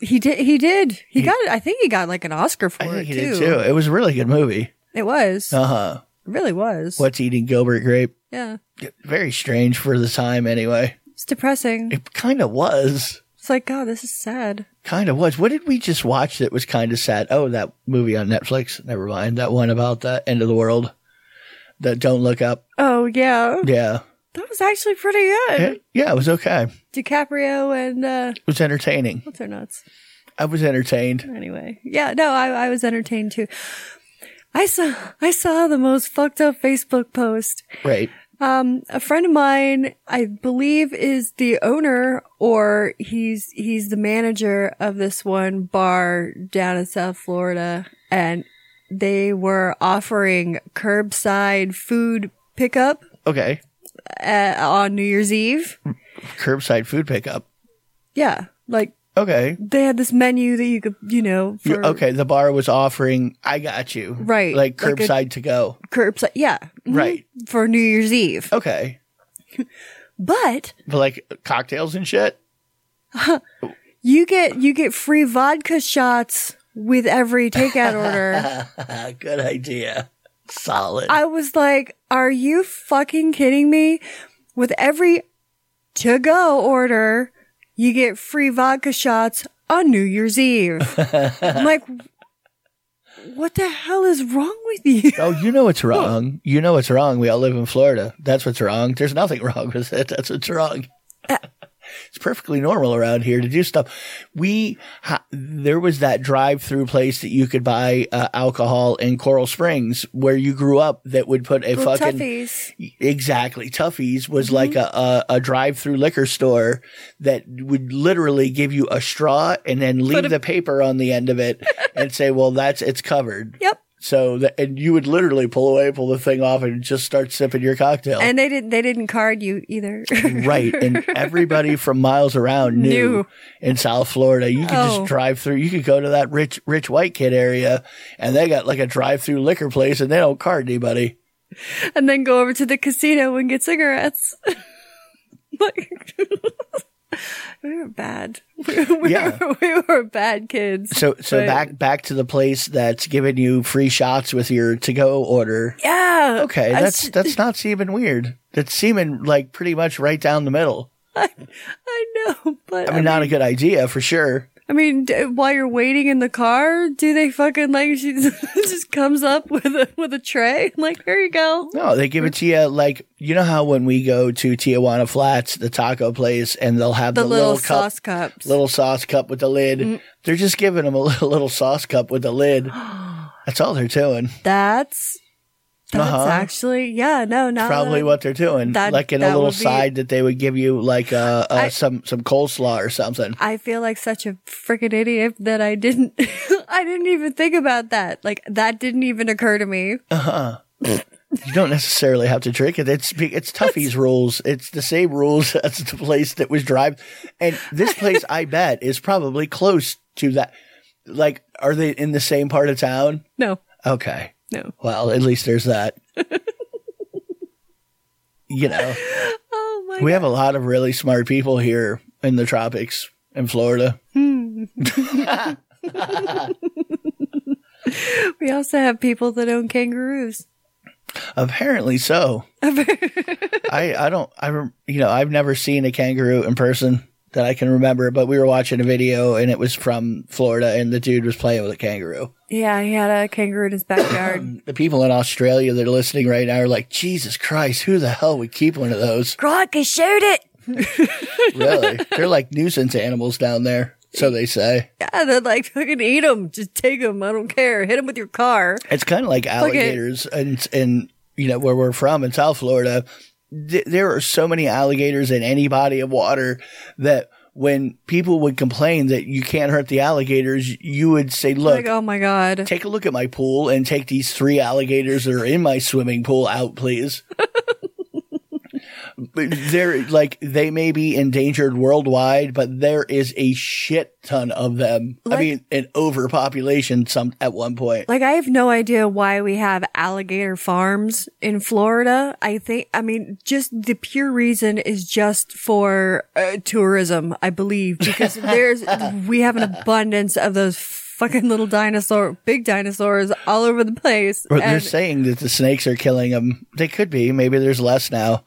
He did. He did. He, got. I think he got like an Oscar for I it think he too. did too. It was a really good movie. It was. Uh huh. It really was. What's eating Gilbert Grape? Yeah. Very strange for the time, anyway. It's depressing. It kind of was. It's like God, this is sad. Kind of was. What did we just watch that was kind of sad? Oh, that movie on Netflix. Never mind. That one about the end of the world. That Don't Look Up. Oh yeah, Yeah. that was actually pretty good. It- yeah, it was okay. It DiCaprio and uh, was entertaining. what's her nuts? I was entertained. anyway yeah no I, I was entertained too i saw i saw the most fucked up facebook post Right. um a friend of mine i believe is the owner or he's he's the manager of this one bar down in south florida and they were offering curbside food pickup Okay. uh, on new year's eve Curbside food pickup. yeah like Okay. they had this menu that you could you know You- for okay. The bar was offering, I got you. Right. Like Like a- curbside to go. curbside yeah mhm, Right. for new year's eve Okay. But But like cocktails and shit. you get you get free vodka shots with every [LAUGHS] takeout order. Ah, Good idea. Solid. I was like, "Are you fucking kidding me?" With every to go order, you get free vodka shots on New Year's Eve. I'm like, "What the hell is wrong with you?" [LAUGHS] Oh, you know it's wrong. You know it's wrong. We all live in Florida. That's what's wrong. There's nothing wrong [LAUGHS] with it. That's what's wrong. Uh, [LAUGHS] it's perfectly normal around here to do stuff. We ha- there was that drive-through place that you could buy uh, alcohol in Coral Springs where you grew up that would put a Little fucking Tuffies. Mm-hmm. Exactly. Tuffy's was like a, a, a drive through liquor store that would literally give you a straw and then leave the paper on the end of [LAUGHS] it and say, well, that's it's covered. Yep. So that, and you would literally pull away, pull the thing off and just start sipping your cocktail. And they didn't they didn't card you either. [LAUGHS] [LAUGHS] right. And everybody from miles around knew, Knew. in South Florida, you could Oh. just drive through. You could go to that rich, rich white kid area and they got like a drive through liquor place and they don't card anybody. and then go over to the casino and get cigarettes. [LAUGHS] like, [LAUGHS] We were bad. [LAUGHS] We were, Yeah. we were bad kids. So so But- back back to the place that's giving you free shots with your to go order. Yeah. Okay, I that's s- that's not seeming weird. That's seeming like pretty much right down the middle. I know, but I mean, not a good idea for sure. I mean, d- while you're waiting in the car, do they fucking like [LAUGHS] she just comes up with a with a tray? [LAUGHS] I'm like, here you go. No, they give it to you like you know how when we go to Tijuana Flats, the taco place, and they'll have The, the, little, cup, sauce Mm. cups. little sauce cup with the lid. They're just giving them a little, [LAUGHS] little sauce cup with the [GASPS] lid. That's all they're doing. that's that's Uh-huh. actually yeah. No, not Probably what they're doing, Uh, that- like in a that little would be- side that they would give you, like uh, uh, I- some some coleslaw or something. I feel like such a freaking idiot that I didn't. [LAUGHS] I didn't even think about that. Like that didn't even occur to me. You don't necessarily have to drink it. It's be- it's Tuffy's rules. It's the same rules [LAUGHS] as the place that was drive, and this place I bet is probably close to that. Like, are they in the same part of town? No, Okay. no. Well, at least there's that. [LAUGHS] you know, Oh my. we have a lot of really smart people here in the tropics in Florida. We also have people that own kangaroos. Apparently so. I I don't I rem- you know I've never seen a kangaroo in person that I can remember, but we were watching a video and it was from Florida and the dude was playing with a kangaroo. Yeah, he had a kangaroo in [CLEARS THROAT] his backyard. The people in Australia that are listening right now are like, Jesus Christ, who the hell would keep one of those? Crocky, shoot it. Really? They're like nuisance animals down there, so they say. Yeah, they're like, fucking eat them. Just take them. I don't care. Hit them with your car. It's kind of like alligators and and you know where we're from in South Florida. Th- there are so many alligators in any body of water that when people would complain that you can't hurt the alligators, you would say, "Look, Like, oh my God. take a look at my pool and take these three alligators that are in my swimming pool out, [LAUGHS] please." But they're like they may be endangered worldwide, but there is a shit ton of them. I Like- mean, an overpopulation some at one point. Like, I have no idea why we have alligator farms in Florida. I think, I mean, just the pure reason is just for uh, tourism, I [LAUGHS] believe, because there's, we have an abundance of those fucking little dinosaur, big dinosaurs all over the place. But they're And- saying that the snakes are killing them. They could be. Maybe there's less now.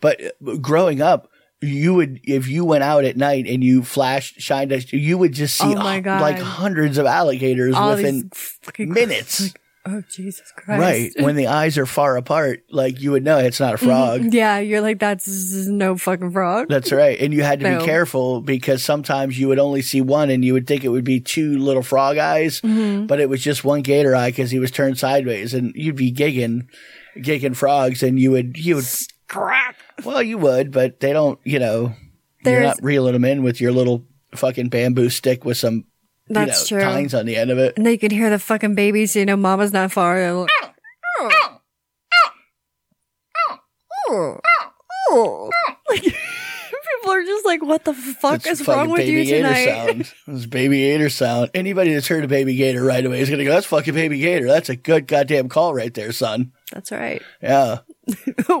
But uh, growing up, you would if you went out at night and you flashed shined a you would just see Oh my uh, God. like hundreds of alligators all these within fucking minutes. Oh, Jesus Christ. Mm-hmm, Right when the eyes are far apart, like you would know it's [LAUGHS] not a frog. Yeah, you're like, that's no fucking frog. That's right, and you had to No. be careful because sometimes you would only see one, and you would think it would be two little frog eyes, Mm-hmm. but it was just one gator eye because he was turned sideways, and you'd be gigging, gigging frogs, and you would you would Crap. Well, you would, but they don't. You know, you're There's- not reeling them in with your little fucking bamboo stick with some you know, That's true. tines on the end of it. And they can hear the fucking babies, you know, mama's not far. They're like, Like, [LAUGHS] people are just like, what the fuck That's is wrong with you tonight? gator sound. It's baby gator sound. Anybody that's heard a baby gator right away is gonna go, "That's fucking baby gator. That's a good goddamn call right there, son." That's right. [LAUGHS] Yeah,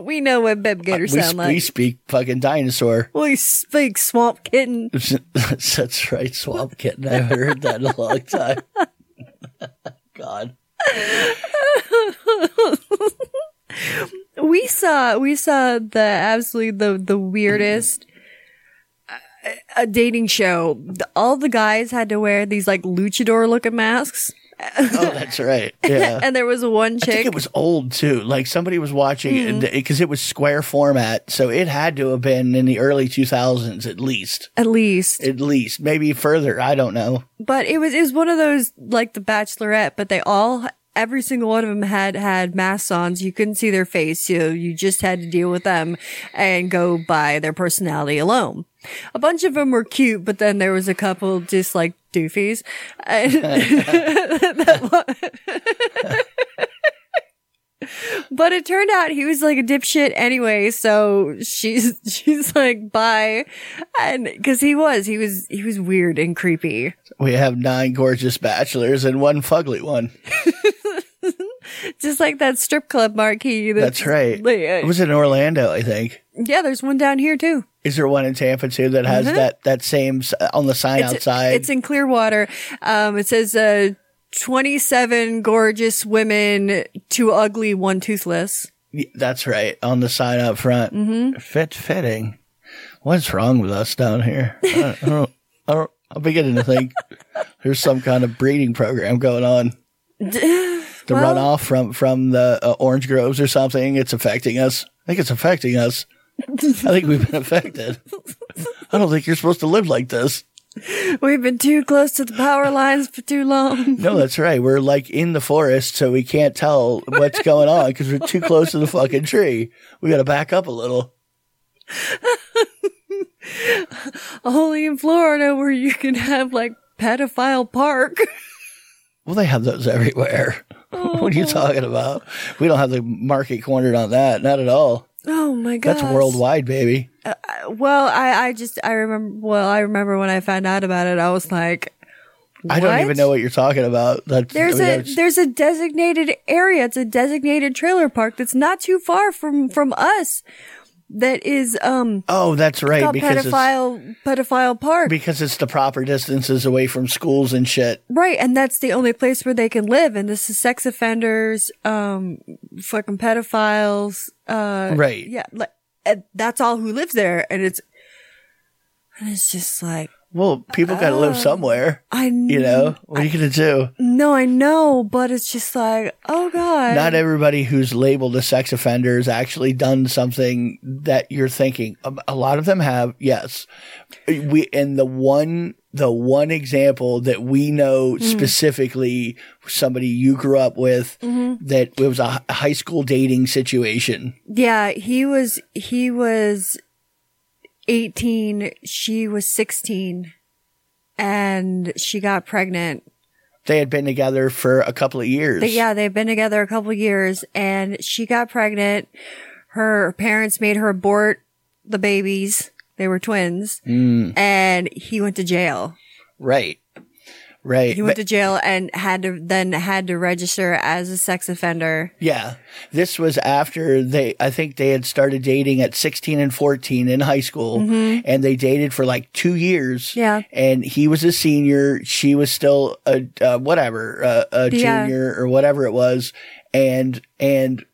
we know what Beb Uh, we, Gator sound sp- we like. speak fucking dinosaur. [LAUGHS] We speak swamp kitten. that's right, swamp kitten. I haven't heard that in a long time. [LAUGHS] God. we saw we saw the absolutely the the weirdest uh, a dating show. The- All the guys had to wear these like luchador looking masks, Oh, that's [LAUGHS] right. Yeah. and there was one I think chick. it was old too. Like somebody was watching Hmm. it because it was square format, so it had to have been in the early 2000s at least, at least, at least maybe further. I don't know. but it was it was one of those like the Bachelorette, but they all every single one of them had had masks on, so you couldn't see their face. So you just had to deal with them and go by their personality alone. A bunch of them were cute, but then there was a couple just like doofies. And [LAUGHS] But it turned out he was like a dipshit anyway, so she's [LAUGHS] she's like bye, and because he was he was he was weird and creepy. We have nine gorgeous bachelors and one fugly one. Just like that strip club marquee. That's right. like, It was in Orlando, I think. yeah, there's one down here too. Is there one in Tampa too that has that that same s- on the sign Mm-hmm. It's- outside? It's in Clearwater. Um, it says, uh, 27 gorgeous women, two ugly, one toothless. Y- That's right on the sign out front. Mm-hmm. Fit fitting. What's wrong with us down here? I don't, I don't, I don't, I'm beginning to think there's some kind of breeding program going on. The runoff from from the uh, orange groves or something. It's affecting us. I think it's affecting us. I think we've been affected. I don't think you're supposed to live like this. We've been too close to the power lines for too long. [LAUGHS] No, that's right. We're like in the forest, so we can't tell what's going on because we're too close to the fucking tree. We got to back up a little. Only in Florida where you can have like pedophile park. [LAUGHS] Well, they have those everywhere. [LAUGHS] what are Oh. you talking about? We don't have the market cornered on that. Not at all. Oh my god. That's worldwide, baby. Well, I, I just, I remember, well, I remember when I found out about it, I was like, I don't What? even know what you're talking about. That's, there's I mean, a, that's- there's a designated area. It's a designated trailer park that's not too far from, from us. That is, um, oh, that's right. called Because it's, pedophile, pedophile park. because it's the proper distances away from schools and shit. Right, and that's the only place where they can live. And this is sex offenders, um, fucking pedophiles. Uh, Right. Yeah, like uh, that's all who lives there, and it's and it's just like Well, people got to live somewhere. Oh. I You know, what are you going to do? no, I know, but it's just like oh god, Not everybody who's labeled a sex offender has actually done something that you're thinking. Um, A lot of them have, yes. We and the one the one example that we know Hmm. specifically somebody you grew up with Mm-hmm. that it was a hi- high school dating situation. yeah. He was he was eighteen, she was sixteen, and she got pregnant. They had been together for a couple of years. But yeah, they've been together a couple years and she got pregnant. Her parents made her abort the babies. They were twins. Mm. And he went to jail. Right. Right. He went But- to jail and had to then had to register as a sex offender. yeah. This was after they I think they had started dating at 16 and 14 in high school and they dated for like 2 years. Mm-hmm. Yeah. and he was a senior. She was still a uh, whatever, uh, a Yeah. junior or whatever it was, and and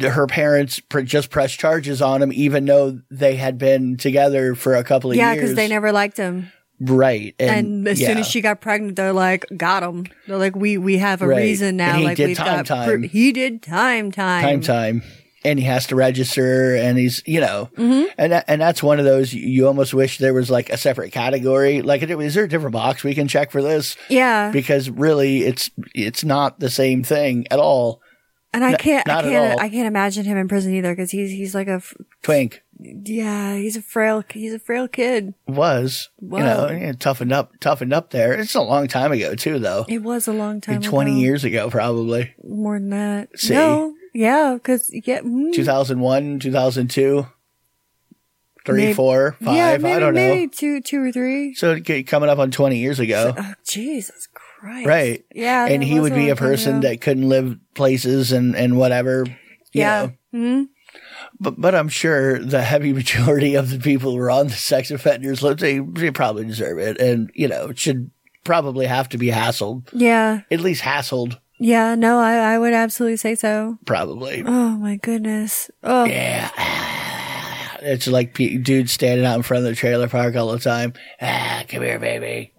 her parents pr- just pressed charges on him, even though they had been together for a couple of Yeah, years. because they never liked him. right. And as soon yeah. as she got pregnant, they're like, "Got him." They're like, "We we have a Right. reason now." And he like did we've time, got time. he did time, time, time time and he has to register and he's you know and that, and that's one of those you- you almost wish there was like a separate category like is there a different box we can check for this Yeah, because really it's it's not the same thing at all and I can't, I not at can't, all. I can't imagine him in prison either because he's he's like a f- twink Yeah, he's a frail. He's a frail kid. was, you know, Wow. yeah, toughened up, toughened up there. It's a long time ago too, though. It was a long time. Twenty ago. years ago, probably more than that. See? No, yeah, because yeah, mm, two thousand one, two thousand two, three, Maybe- four, five. yeah, maybe, I don't know. maybe two, two or three. So it get- coming up on twenty years ago, Oh, Jesus Christ! right? Yeah, and that he was would be long a time person ago. that couldn't live places and and whatever. you Yeah. know. But but I'm sure the heavy majority of the people who are on the sex offenders list, they, they probably deserve it, and you know should probably have to be hassled, Yeah, at least hassled. yeah. No, I, I would absolutely say so. probably. [SIGHS] Oh my goodness. Oh, It's like pe- dudes standing out in front of the trailer park all the time. Ah, come here, baby.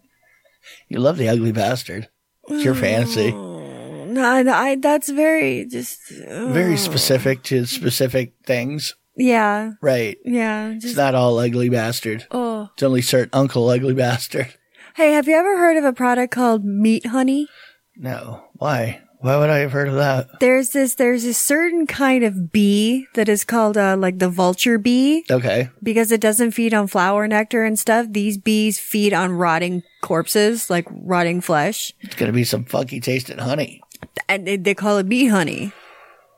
You love the ugly bastard. It's your fantasy. no, I, I- that's very just. uh, Very specific to specific things. yeah, Right. yeah. It's [LAUGHS] Just not all ugly bastard. oh. It's only certain uncle ugly bastard. Hey, have you ever heard of a product called Meat Honey? No. Why? Why would I have heard of that? there's this there's a certain kind of bee that is called uh, like the vulture bee Okay. because it doesn't feed on flower nectar and stuff these bees feed on rotting corpses like rotting flesh It's going to be some funky tasting honey. and they, they call it bee honey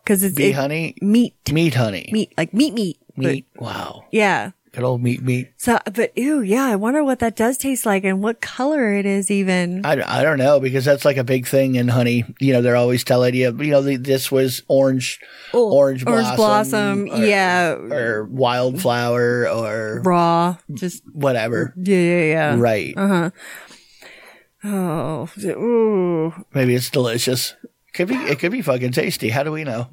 because it's Bee it- honey? meat Meat honey. meat like meat meat but- Meat. Wow. yeah Good old meat meat. So, but ew, yeah, I wonder what that does taste like and what color it is even. I, I don't know because that's like a big thing in honey. You know, they're always telling you, you know, the, this was orange, orange blossom, Oh, Orange blossom, or- yeah. or wildflower or raw, just, whatever. yeah, yeah, yeah. Uh-huh. Right? Oh, ooh. Maybe it's delicious. Could be. It could be fucking tasty. How do we know?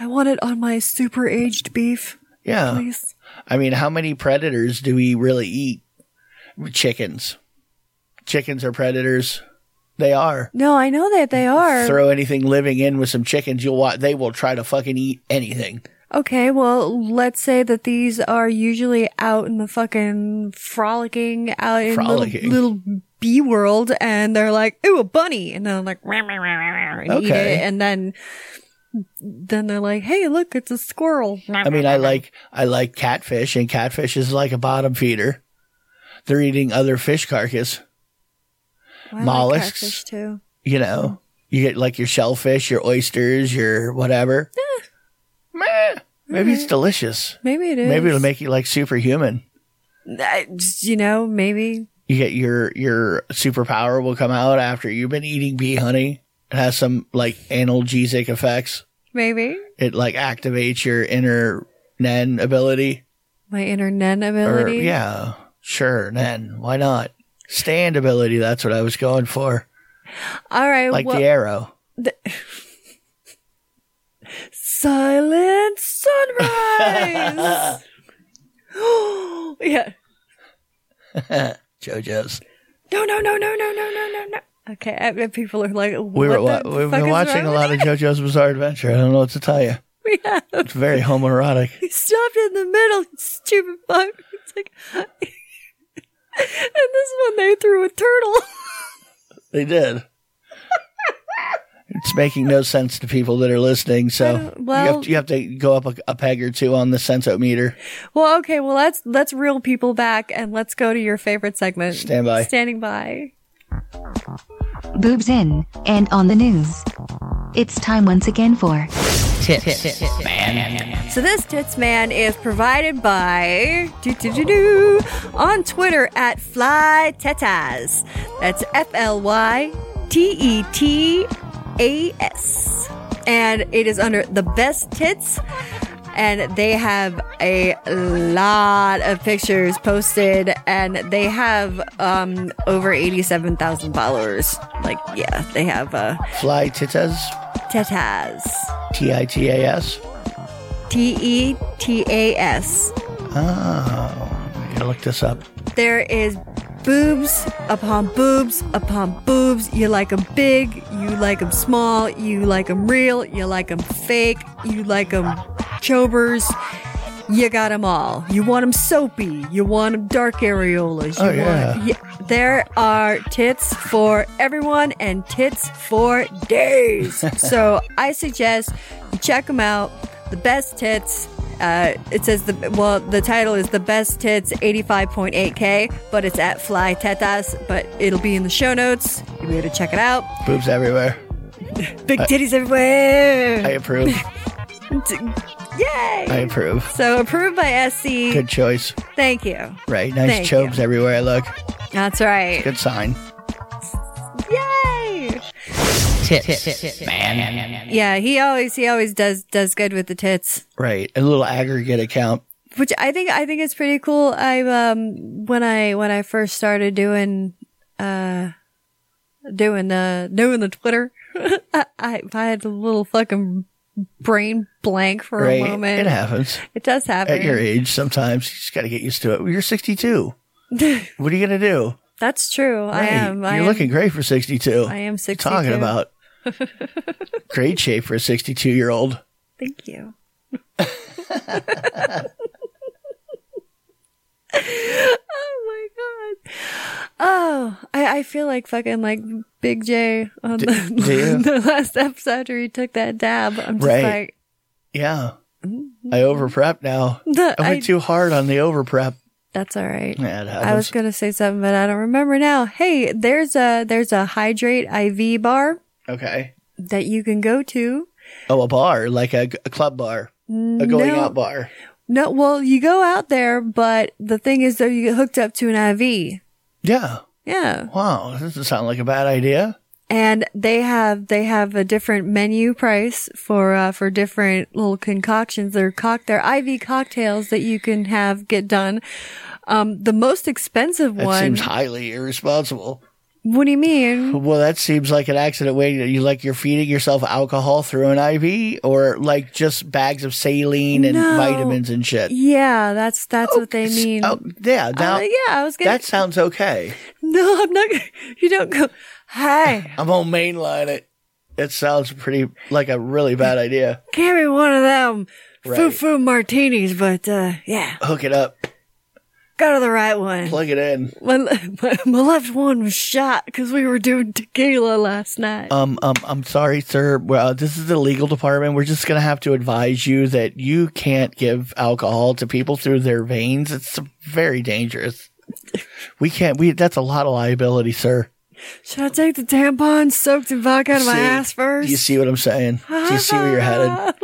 I want it on my super aged beef, Yeah. please. I mean, how many predators do we really eat? Chickens. Chickens are predators. They are. No, I know that they are. Throw anything living in with some chickens, you'll watch. They will try to fucking eat anything. Okay, well, let's say that these are usually out in the fucking frolicking out in Frolicking. little, little bee world, and they're like, "Ooh, a bunny," and then I'm like, "Meow, meow, meow, meow," and eat Okay. it, and then then they're like, "Hey, look, it's a squirrel." I mean, I like I like catfish, and catfish is like a bottom feeder. They're eating other fish carcass. Well, I like Mollusks. catfish, too. You know, you get like your shellfish, your oysters, your whatever. Meh. Maybe it's delicious. Maybe it is. Maybe it'll make you like superhuman. I- you know. Maybe you get your your superpower will come out after you've been eating bee honey. It has some like analgesic effects. maybe It like activates your inner Nen ability. my inner nen Or ability. Er, yeah, sure, Nen. Why not? Stand ability. That's what I was going for. All right. Like well, the arrow. [LAUGHS] Silent sunrise. [GASPS] yeah. JoJo's. No, no, no, no, no, no, no, no, no. Okay, I mean, people are like, what We were wa- the we've fuck been is watching a wrong lot of with JoJo's Bizarre Adventure. I don't know what to tell [LAUGHS] you. you?" Yeah, It's very homoerotic. [LAUGHS] he stopped in the middle, you stupid fuck. It's like, [LAUGHS] and this one they threw a turtle. [LAUGHS] They did. it's making no sense to people that are listening. So don't- well- you, have to, you have to go up a, a peg or two on the sensometer. well, okay, well let's let's reel people back and let's go to your favorite segment. Stand by. Standing by. Boobs in and on the news. It's time once again for So this tits man is provided by doo doo doo doo on Twitter at Fly Tetas. That's F L Y T E T A S, and it is under the best tits. And they have a lot of pictures posted, and they have um, over eighty-seven thousand followers. Like, yeah, they have uh, Fly titas, tetas, T I T A S. T E T A S. Oh, I gotta look this up. There is boobs upon boobs upon boobs. You like 'em big, you like 'em small, you like 'em real, you like 'em fake, you like 'em chobers. You got 'em all. You want 'em soapy, you want 'em dark areolas. You Oh, yeah. Want, yeah. There are tits for everyone and tits for [LAUGHS] days. so I suggest you check 'em out. The best tits uh, it says the well the title is the best tits 85.8k but it's at fly tetas but it'll be in the show notes you'll be able to check it out Boobs everywhere. big titties everywhere I approve. yay I approve. so approved by sc Good choice. thank you Right. Nice Thank you. chobes everywhere I look. that's right Good sign. yay man yeah he always he always does does good with the tits Right. A little aggregate account. which I think I think it's pretty cool. I um when I when I first started doing uh doing the doing the Twitter, [LAUGHS] I, I I had a little fucking brain blank for Right. a moment. It happens It does happen. at your age. Sometimes you just gotta get used to it. You're 62. [LAUGHS] what are you gonna do? That's true. I Right. am. I You're am, looking great for 62. I am What you Talking 62. [LAUGHS] about great shape for a 62 year old. Thank you. [LAUGHS] oh my god. Oh, I, I feel like fucking like Big J [LAUGHS] on the, do you? the last episode where he took that dab. I'm just Right. like, [LAUGHS] Yeah. I over prep now. No, I Mm-hmm. I- went too hard on the over prep. that's all right. Yeah, it happens. I was gonna say something, but I don't remember now. Hey, there's a there's a hydrate IV bar okay. that you can go to. Oh, a bar, like a, a club bar, a going out bar. No, well, you go out there, but the thing is, though, you get hooked up to an IV. Yeah. Yeah. Wow. This doesn't sound like a bad idea. and they have they have a different menu price for uh, for different little concoctions. Their cock their IV cocktails that you can have get done. Um, the most expensive That one. seems Oh, highly irresponsible. [LAUGHS] what do [LAUGHS] you mean? Well, that seems like an accident waiting. You like you're feeding yourself alcohol through an IV, or like just bags of saline and No. vitamins and shit. Yeah, that's that's what they mean. Oh, yeah. Now, Uh, yeah, I was gonna. that sounds okay. [LAUGHS] no, I'm not. You don't go. [LAUGHS] Hey, I'm gonna mainline it. It sounds pretty like a really bad idea. give me one of them foo Right. foo martinis, but uh, yeah, Hook it up, go to the right one. plug it in. My, [LAUGHS] my, my left one was shot because we were doing tequila last night. Um, um, I'm sorry, sir. Well, this is the legal department. We're just gonna have to advise you that you can't give alcohol to people through their veins. It's very dangerous. We can't. We that's a lot of liability, sir. Should I take the tampon soaked in vodka out of my See? ass first? Do you see what I'm saying? Do you see where you're [LAUGHS] headed?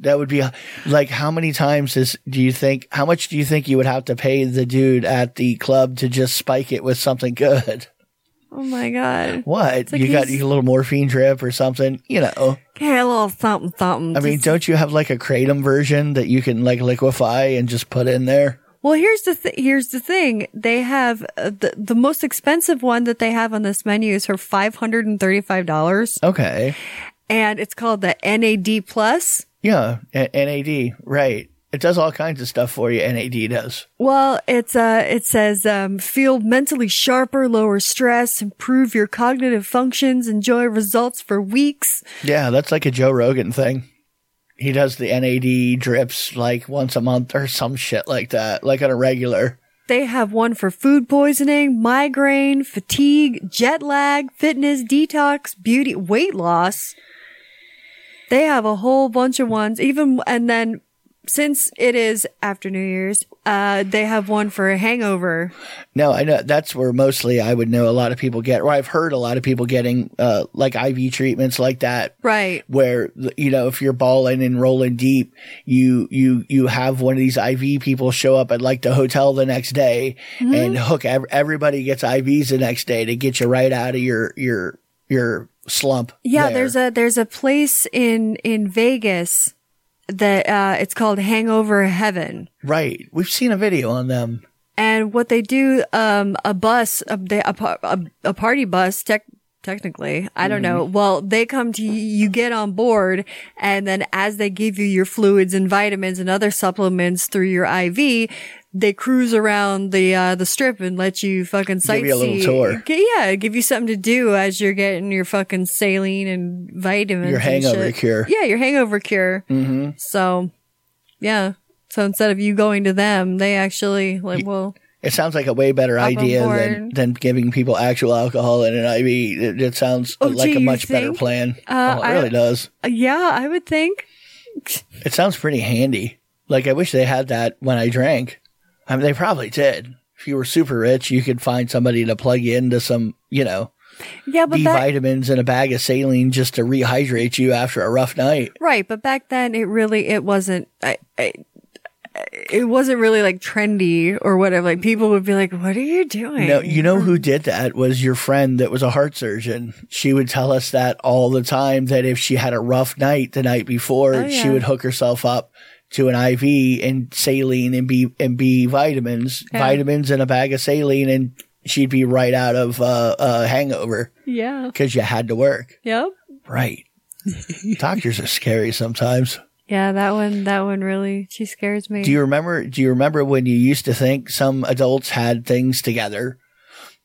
That would be like how many times is do you think how much do you think you would have to pay the dude at the club to just spike it with something good? [LAUGHS] oh my god. What? like you got he's- a little morphine drip or something, you know. Okay, a little something, something. I mean, Just- don't you have like a kratom version that you can like liquefy and just put in there? well, here's the th- here's the thing. They have uh, the the most expensive one that they have on this menu is for five hundred and thirty five dollars, Okay. and it's called the NAD Plus. Yeah, a- NAD, right. It does all kinds of stuff for you, NAD does. Well, it's uh, it says um, feel mentally sharper, lower stress, improve your cognitive functions, enjoy results for weeks. Yeah, that's like a Joe Rogan thing. He does the NAD drips like once a month or some shit like that, like on a regular. They have one for food poisoning, migraine, fatigue, jet lag, fitness, detox, beauty, weight loss. They have a whole bunch of ones, even, and then since it is after New Year's, uh, they have one for a hangover. No, I know that's where mostly I would know a lot of people get, or I've heard a lot of people getting uh, like IV treatments like that. Right. Where you know if you're balling and rolling deep, you you you have one of these IV people show up at like the hotel the next day Mm-hmm. and hook ev- everybody gets IVs the next day to get you right out of your your your slump. Yeah. there. There's a, there's a place in, in Vegas that, uh, it's called Hangover Heaven. Right. We've seen a video on them. And what they do, um, a bus, a, they- a, par- a, a party bus, tech, technically, I don't Mm-hmm. know. Well, they come to you, you get on board, and then as they give you your fluids and vitamins and other supplements through your IV, they cruise around the uh, the strip and let you fucking sightsee. Give you a little tour. G- Yeah, give you something to do as you're getting your fucking saline and vitamins. Your and hangover shit. cure. Yeah, your hangover cure. Mm-hmm. So, yeah. So instead of you going to them, they actually like, well, It sounds like a way better Up on idea than, board. than giving people actual alcohol in an IV. It, it sounds Oh, like gee, a you much better think? plan. Uh, oh, it I- really does. Uh, Yeah, I would think. It sounds pretty handy. Like I wish they had that when I drank. I mean, they probably did. If you were super rich, you could find somebody to plug you into some, you know, Yeah, but B that, vitamins and a bag of saline just to rehydrate you after a rough night. right, but back then it really it wasn't I, I, it wasn't really like trendy or whatever. Like people would be like, "What are you doing?" No, you know Mm-hmm. who did that was your friend that was a heart surgeon. She would tell us that all the time that if she had a rough night the night before, Oh, yeah. she would hook herself up to an IV and saline and B and B vitamins, vitamins and a bag of saline, and she'd be right out of uh, a hangover yeah. because you had to work. Yep. [LAUGHS] Right. Doctors are scary sometimes. Yeah, that one that one really she scares me. Do you remember? Do you remember when you used to think some adults had things together?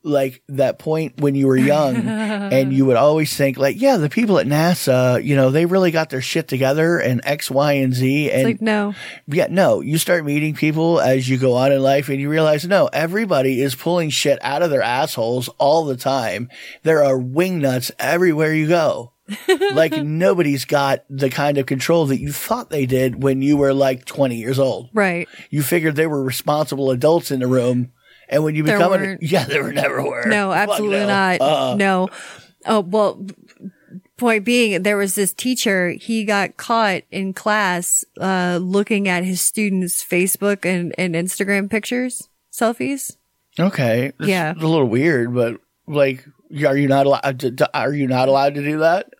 Like that point when you were [LAUGHS] young, and you would always think, like, yeah, the people at NASA, you know, they really got their shit together and X, Y, and Z. And it's like no. yeah, no, you start meeting people as you go on in life and you realize, no, everybody is pulling shit out of their assholes all the time. There are wingnuts everywhere you [LAUGHS] go. like nobody's got the kind of control that you thought they did when you were like 20 years old Right. you figured they were responsible adults in the room. And when you There become an [LAUGHS] weren't. yeah, there were never were. No, Fuck absolutely no. not. Uh, no. Oh, well b- point being, there was this teacher, he got caught in class, uh, looking at his students' Facebook and, and Instagram pictures, selfies. Okay. It's Yeah. a little weird, but like, are you not allowed to? to- Are you not allowed to do that?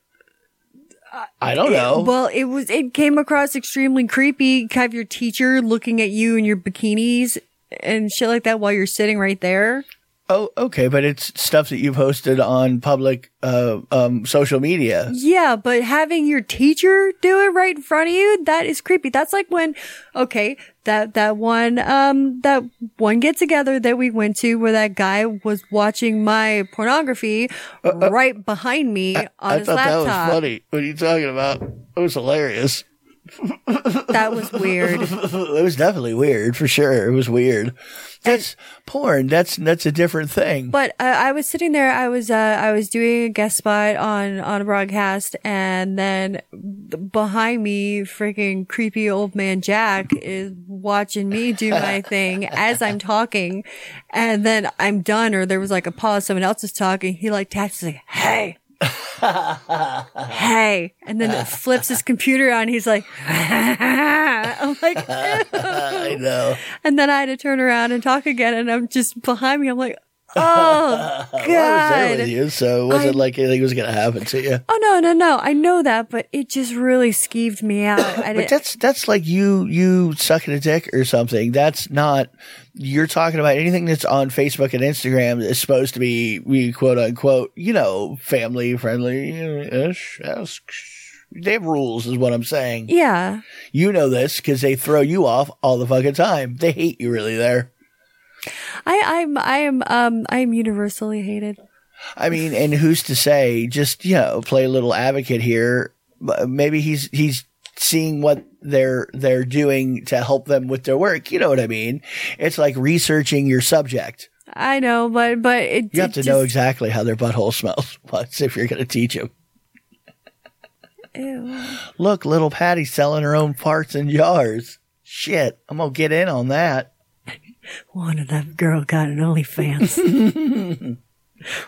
I don't know. Uh, Well, it was, it came across extremely creepy. Have your teacher looking at you in your bikinis and shit like that while you're sitting right there. oh, okay, but it's stuff that you posted on public uh, um, social media. Yeah, but having your teacher do it right in front of you, that is creepy. That's like when, okay, that, that one, um, that one get together that we went to where that guy was watching my pornography right behind me on Uh, I his thought laptop. that was funny. What are you talking about? It was hilarious. That [LAUGHS] was weird. It was definitely weird for sure. It was weird. That's porn. That's that's a different thing. But uh, I, I was sitting there. I was uh, I was doing a guest spot on on a broadcast, and then b- behind me, freaking creepy old man Jack is watching me do my thing as I'm talking, and then I'm done, or there was like a pause. Someone else is talking. He like taps he's like, "Hey." hey, and then flips his computer on. He's like, [LAUGHS] I'm like, I know. and then I had to turn around and talk again, and I'm just behind me. [LAUGHS] I'm like, oh I was there with god. you, so it wasn't I- like anything was going to happen to you. Oh no, no, no! I know that, but it just really skeeved [COUGHS] me out. But I didn't. that's that's like you you sucking a dick or something. That's not you're talking about anything that's on Facebook and Instagram is supposed to be we quote unquote you know family friendly ish. They have rules, is what I'm saying. Yeah, You know this because they throw you off all the fucking time. They hate you really there. I, I'm, I am, um, I am universally hated. I mean, and who's to say? Just you know, play a little advocate here. M- Maybe he's he's seeing what they're they're doing to help them with their work. You know what I mean? It's like researching your subject. I know, but but it. You have it to know just- exactly how their butthole [LAUGHS] smells once if you're going to teach them. ew. Look, little Patty's selling her own parts in jars. Shit, I'm gonna get in on that. One of that girl got [LAUGHS] an OnlyFans.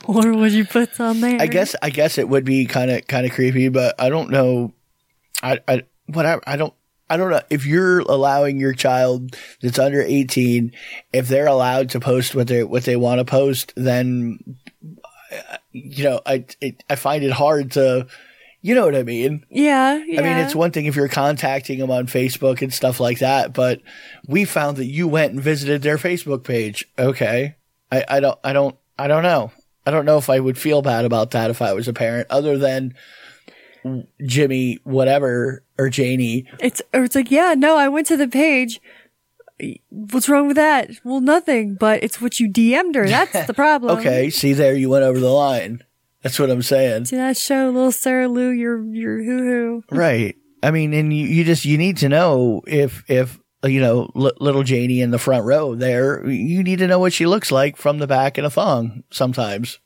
Or what you put on there? I guess I guess it would be kind of kind of creepy, but I don't know. I I what I, I don't I don't know if you're allowing your child that's under 18 if they're allowed to post what they what they want to post, then uh, you know I it, I find it hard to. You know what I mean? Yeah, yeah. I mean, it's one thing if you're contacting them on Facebook and stuff like that, but we found that you went and visited their Facebook page. Okay. I, I don't, I don't, I don't know. I don't know if I would feel bad about that if I was a parent, other than Jimmy, whatever, or Janie. It's or it's like, yeah, no, I went to the page. What's wrong with that? Well, nothing, but it's what you DM'd her. That's the problem. Okay. See there, you went over the line. That's what I'm saying. Do not show little Sarah Lou your your hoo hoo. Right. I mean, and you, you just, you need to know if, if, you know, li- little Janie in the front row there, you need to know what she looks like from the back in a thong sometimes.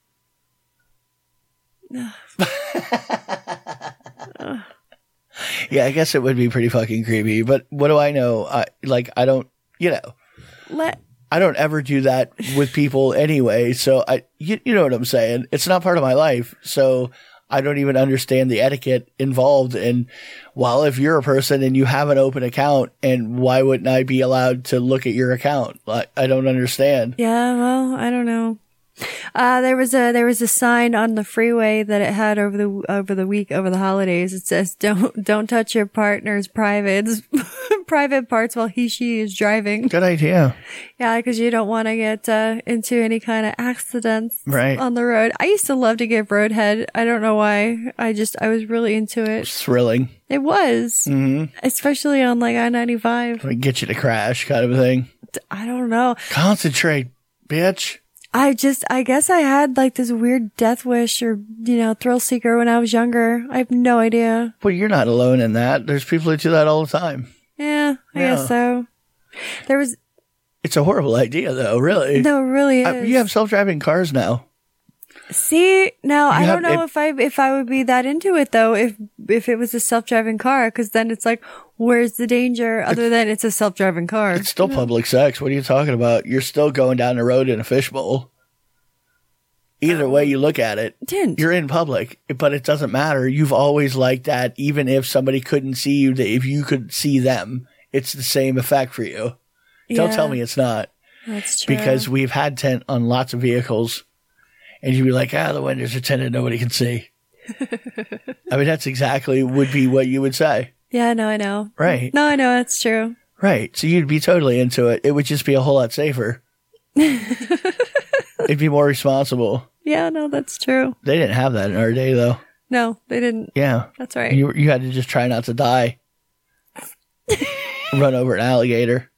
Yeah, I guess it would be pretty fucking creepy, but what do I know? I like I don't, you know, Let I don't ever do that with people anyway, so I you, you know what I'm saying? It's not part of my life. So I don't even understand the etiquette involved and well, if you're a person and you have an open account and why wouldn't I be allowed to look at your account? Like I don't understand. yeah. Well, I don't know. Uh, there was a there was a sign on the freeway that it had over the over the week over the holidays. It says don't don't touch your partner's privates [LAUGHS] private parts while he she is driving. Good idea. Yeah, because you don't want to get uh, into any kind of accidents Right. on the road. I used to love to give roadhead. I don't know why. I just I was really into it. It's thrilling. It was Mm-hmm. especially on like I ninety five. Like, Get you to crash kind of a thing. I don't know. Concentrate, bitch. I just, I guess I had like this weird death wish or, you know, thrill seeker when I was younger. I have no idea. Well, you're not alone in that. There's people that do that all the time. Yeah, I Yeah. guess so. There was, It's a horrible idea, though. Really, no, it really is. I- Uh, you have self-driving cars now. See, now I You don't have- know it- if I, if I would be that into it though, if, if it was a self-driving car, cause then it's like, where's the danger other than it's a self-driving car? It's still public sex. What are you talking about? You're still going down the road in a fishbowl. Either way you look at it, Didn't. you're in public, but it doesn't matter. You've always liked that, even if somebody couldn't see you, that if you could see them, it's the same effect for you. Don't Yeah. tell me it's not That's true. because we've had tent on lots of vehicles, and you'd be like, ah, the windows are tinted, nobody can see. [LAUGHS] I mean, that's exactly would be what you would say, yeah, no, I know. right? No, I know. That's true. Right. So you'd be totally into it. It would just be a whole lot safer. It'd be more responsible. Yeah, no, that's true. They didn't have that in our day, though. No, they didn't. Yeah, That's right. you you had to just try not to die. Run over an alligator.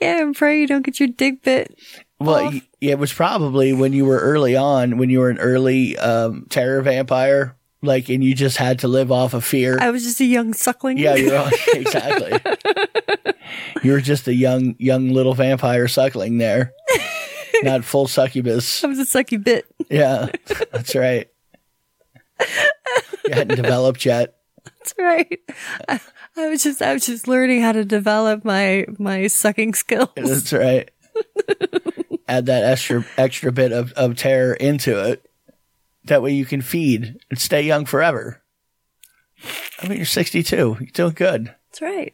yeah, and pray you don't get your dick bit. Well, y- yeah, it was probably when you were early on, when you were an early um, terror vampire, like, and you just had to live off of fear. I was just a young suckling. yeah, you're on [LAUGHS] exactly. you were just a young, young little vampire suckling there, not full succubus. [LAUGHS] I was a sucky bit. [LAUGHS] Yeah, that's right. You hadn't developed yet. That's right. I, I was just, I was just learning how to develop my my sucking skills. That's right. Add that extra extra bit of, of terror into it. That way you can feed and stay young forever. I mean, you're 62. You're doing good. That's right.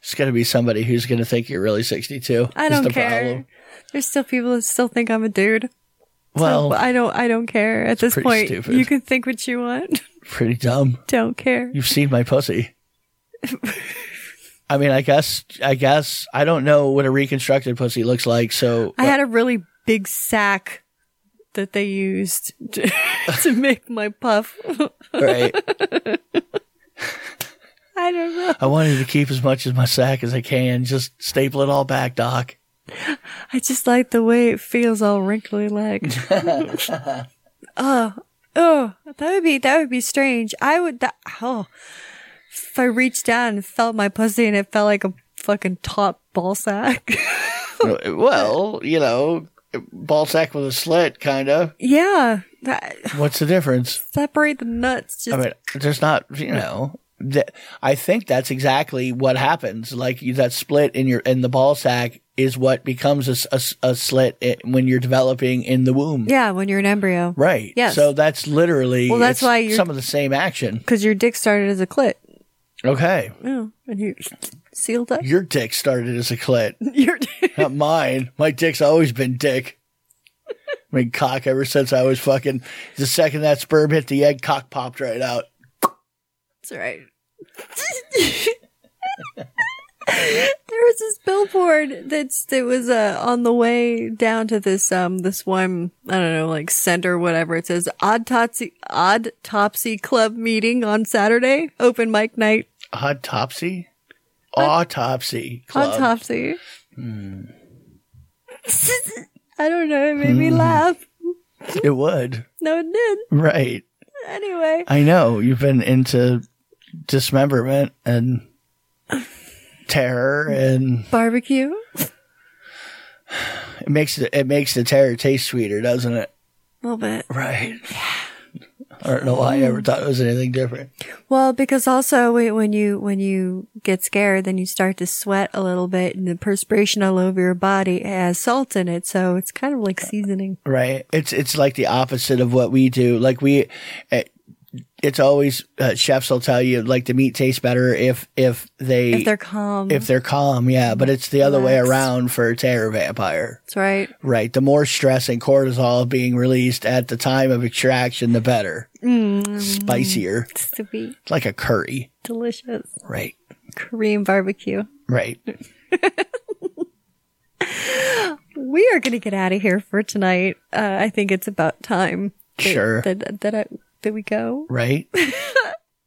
It's going to be somebody who's going to think you're really 62. I is don't the care. problem. There's still people that still think I'm a dude. Well, I don't. I don't care. At this pretty point, stupid. you can think what you want. [LAUGHS] pretty dumb. don't care. You've seen my [LAUGHS] pussy. I mean, I guess, I guess, I don't know what a reconstructed pussy looks like. So I had a really big sack that they used [LAUGHS] to, to make my puff. right. I don't know. I wanted to keep as much as my sack as I can. Just staple it all back, Doc. I just like the way it feels all [LAUGHS] wrinkly like. [LAUGHS] oh, oh, that would be that would be strange. I would that, oh, if I reached down and felt my pussy and it felt like a fucking top ball sack. [LAUGHS] [LAUGHS] well, you know, ball sack with a slit, kind of. yeah, that What's the difference? separate the nuts. Just I mean, there's not, you know. th- I think that's exactly what happens. Like you- that split in your in the ball sack is what becomes a s- a, s- a slit i when you're developing in the womb. yeah, when you're an embryo, Right. Yes. So that's literally Well, that's it's why you're- some of the same action. Because your dick started as a clit. Okay. Oh, and you sealed up [LAUGHS] Your dick started as a clit. your Not mine. My dick's always been dick. I mean, cock ever since I was fucking. The second that sperm hit the egg, cock popped right out. That's right. [LAUGHS] there was this billboard that's that was uh, on the way down to this um this one I don't know like center whatever it says autopsy autopsy club meeting on Saturday open mic night Autopsy? Autopsy. Club. autopsy. Hmm. [LAUGHS] I don't know. It made me laugh. It would. No, it did. Right. Anyway, I know. You've been into dismemberment and terror and barbecue. it makes the, it makes the terror taste sweeter, doesn't it? A little bit. Right. I don't know why I ever thought it was anything different. Well, because also wait, when you when you get scared, then you start to sweat a little bit, and the perspiration all over your body has salt in it, so it's kind of like seasoning. Right. It's it's like the opposite of what we do. Like we, eh, it's always uh, chefs will tell you like the meat tastes better if if they If they're calm, if they're calm. Yeah, but it's the other way Relaxed. around for a terror vampire. that's right. Right. The more stress and cortisol being released at the time of extraction, the better. Mm. Spicier, Sweet, It's like a curry. delicious Right. Korean barbecue. Right. We are gonna get out of here for tonight. Uh, I think it's about time. that- Sure. That that, I, that we go. [LAUGHS] Right.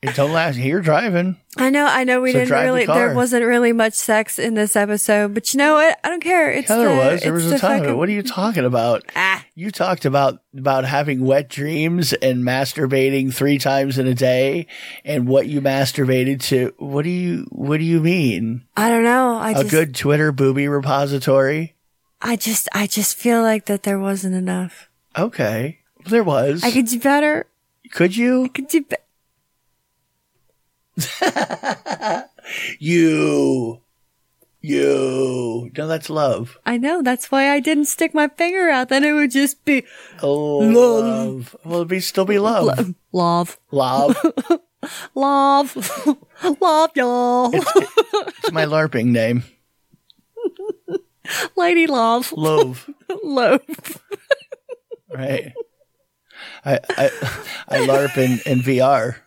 it don't last. You're driving. I know, I know. We So didn't drive the really. car. there wasn't really much sex in this episode, but you know what? I don't care. It's Yeah, there the, was. There it's was a the ton of it. fucking- What are you talking about? Ah. You talked about about having wet dreams and masturbating three times in a day, and what you masturbated to. What do you What do you mean? I don't know. I A just, good Twitter booby repository? I just, I just feel like that there wasn't enough. Okay, there was. I could do better. Could you? Could do be- You You. No, that's love. I know. That's why I didn't stick my finger out. Then it would just be Oh, love. Will Well, it be still be love. love, love. love, [LAUGHS] love, y'all. [LAUGHS] It's my LARPing name. Lady love, Love. love. Right. I I I LARP in, in VR.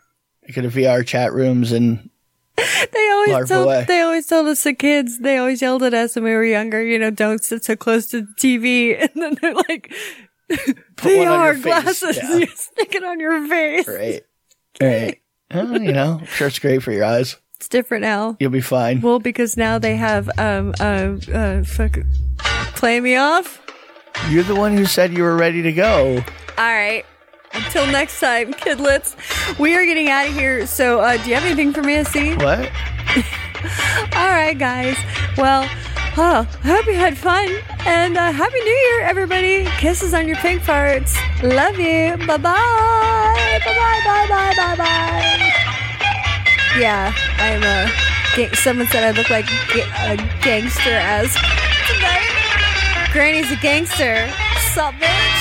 I go to VR chat rooms and They always Larp told away. they always told us the kids. They always yelled at us when we were younger. You know, don't sit so close to the TV. [LAUGHS] And then they're like, one on your VR face, glasses, [LAUGHS] yeah. you stick it on your face. right. Right. Well, you know, I'm sure it's great for your eyes. It's different now. You'll be fine. Well, because now they have um uh, uh fuck, play me off. You're the one who said you were ready to go. All right. Until next time, kidlets, we are getting out of here. So, uh, do you have anything for me, see? All What? right, guys. Well, oh, I hope you had fun and uh, happy New Year, everybody. Kisses on your pink farts. Love you. Bye bye. Bye bye. Bye bye. Bye bye. Yeah, I'm a. Gang- someone said I look like ga- a gangster as tonight. Granny's a gangster. Sup, bitch.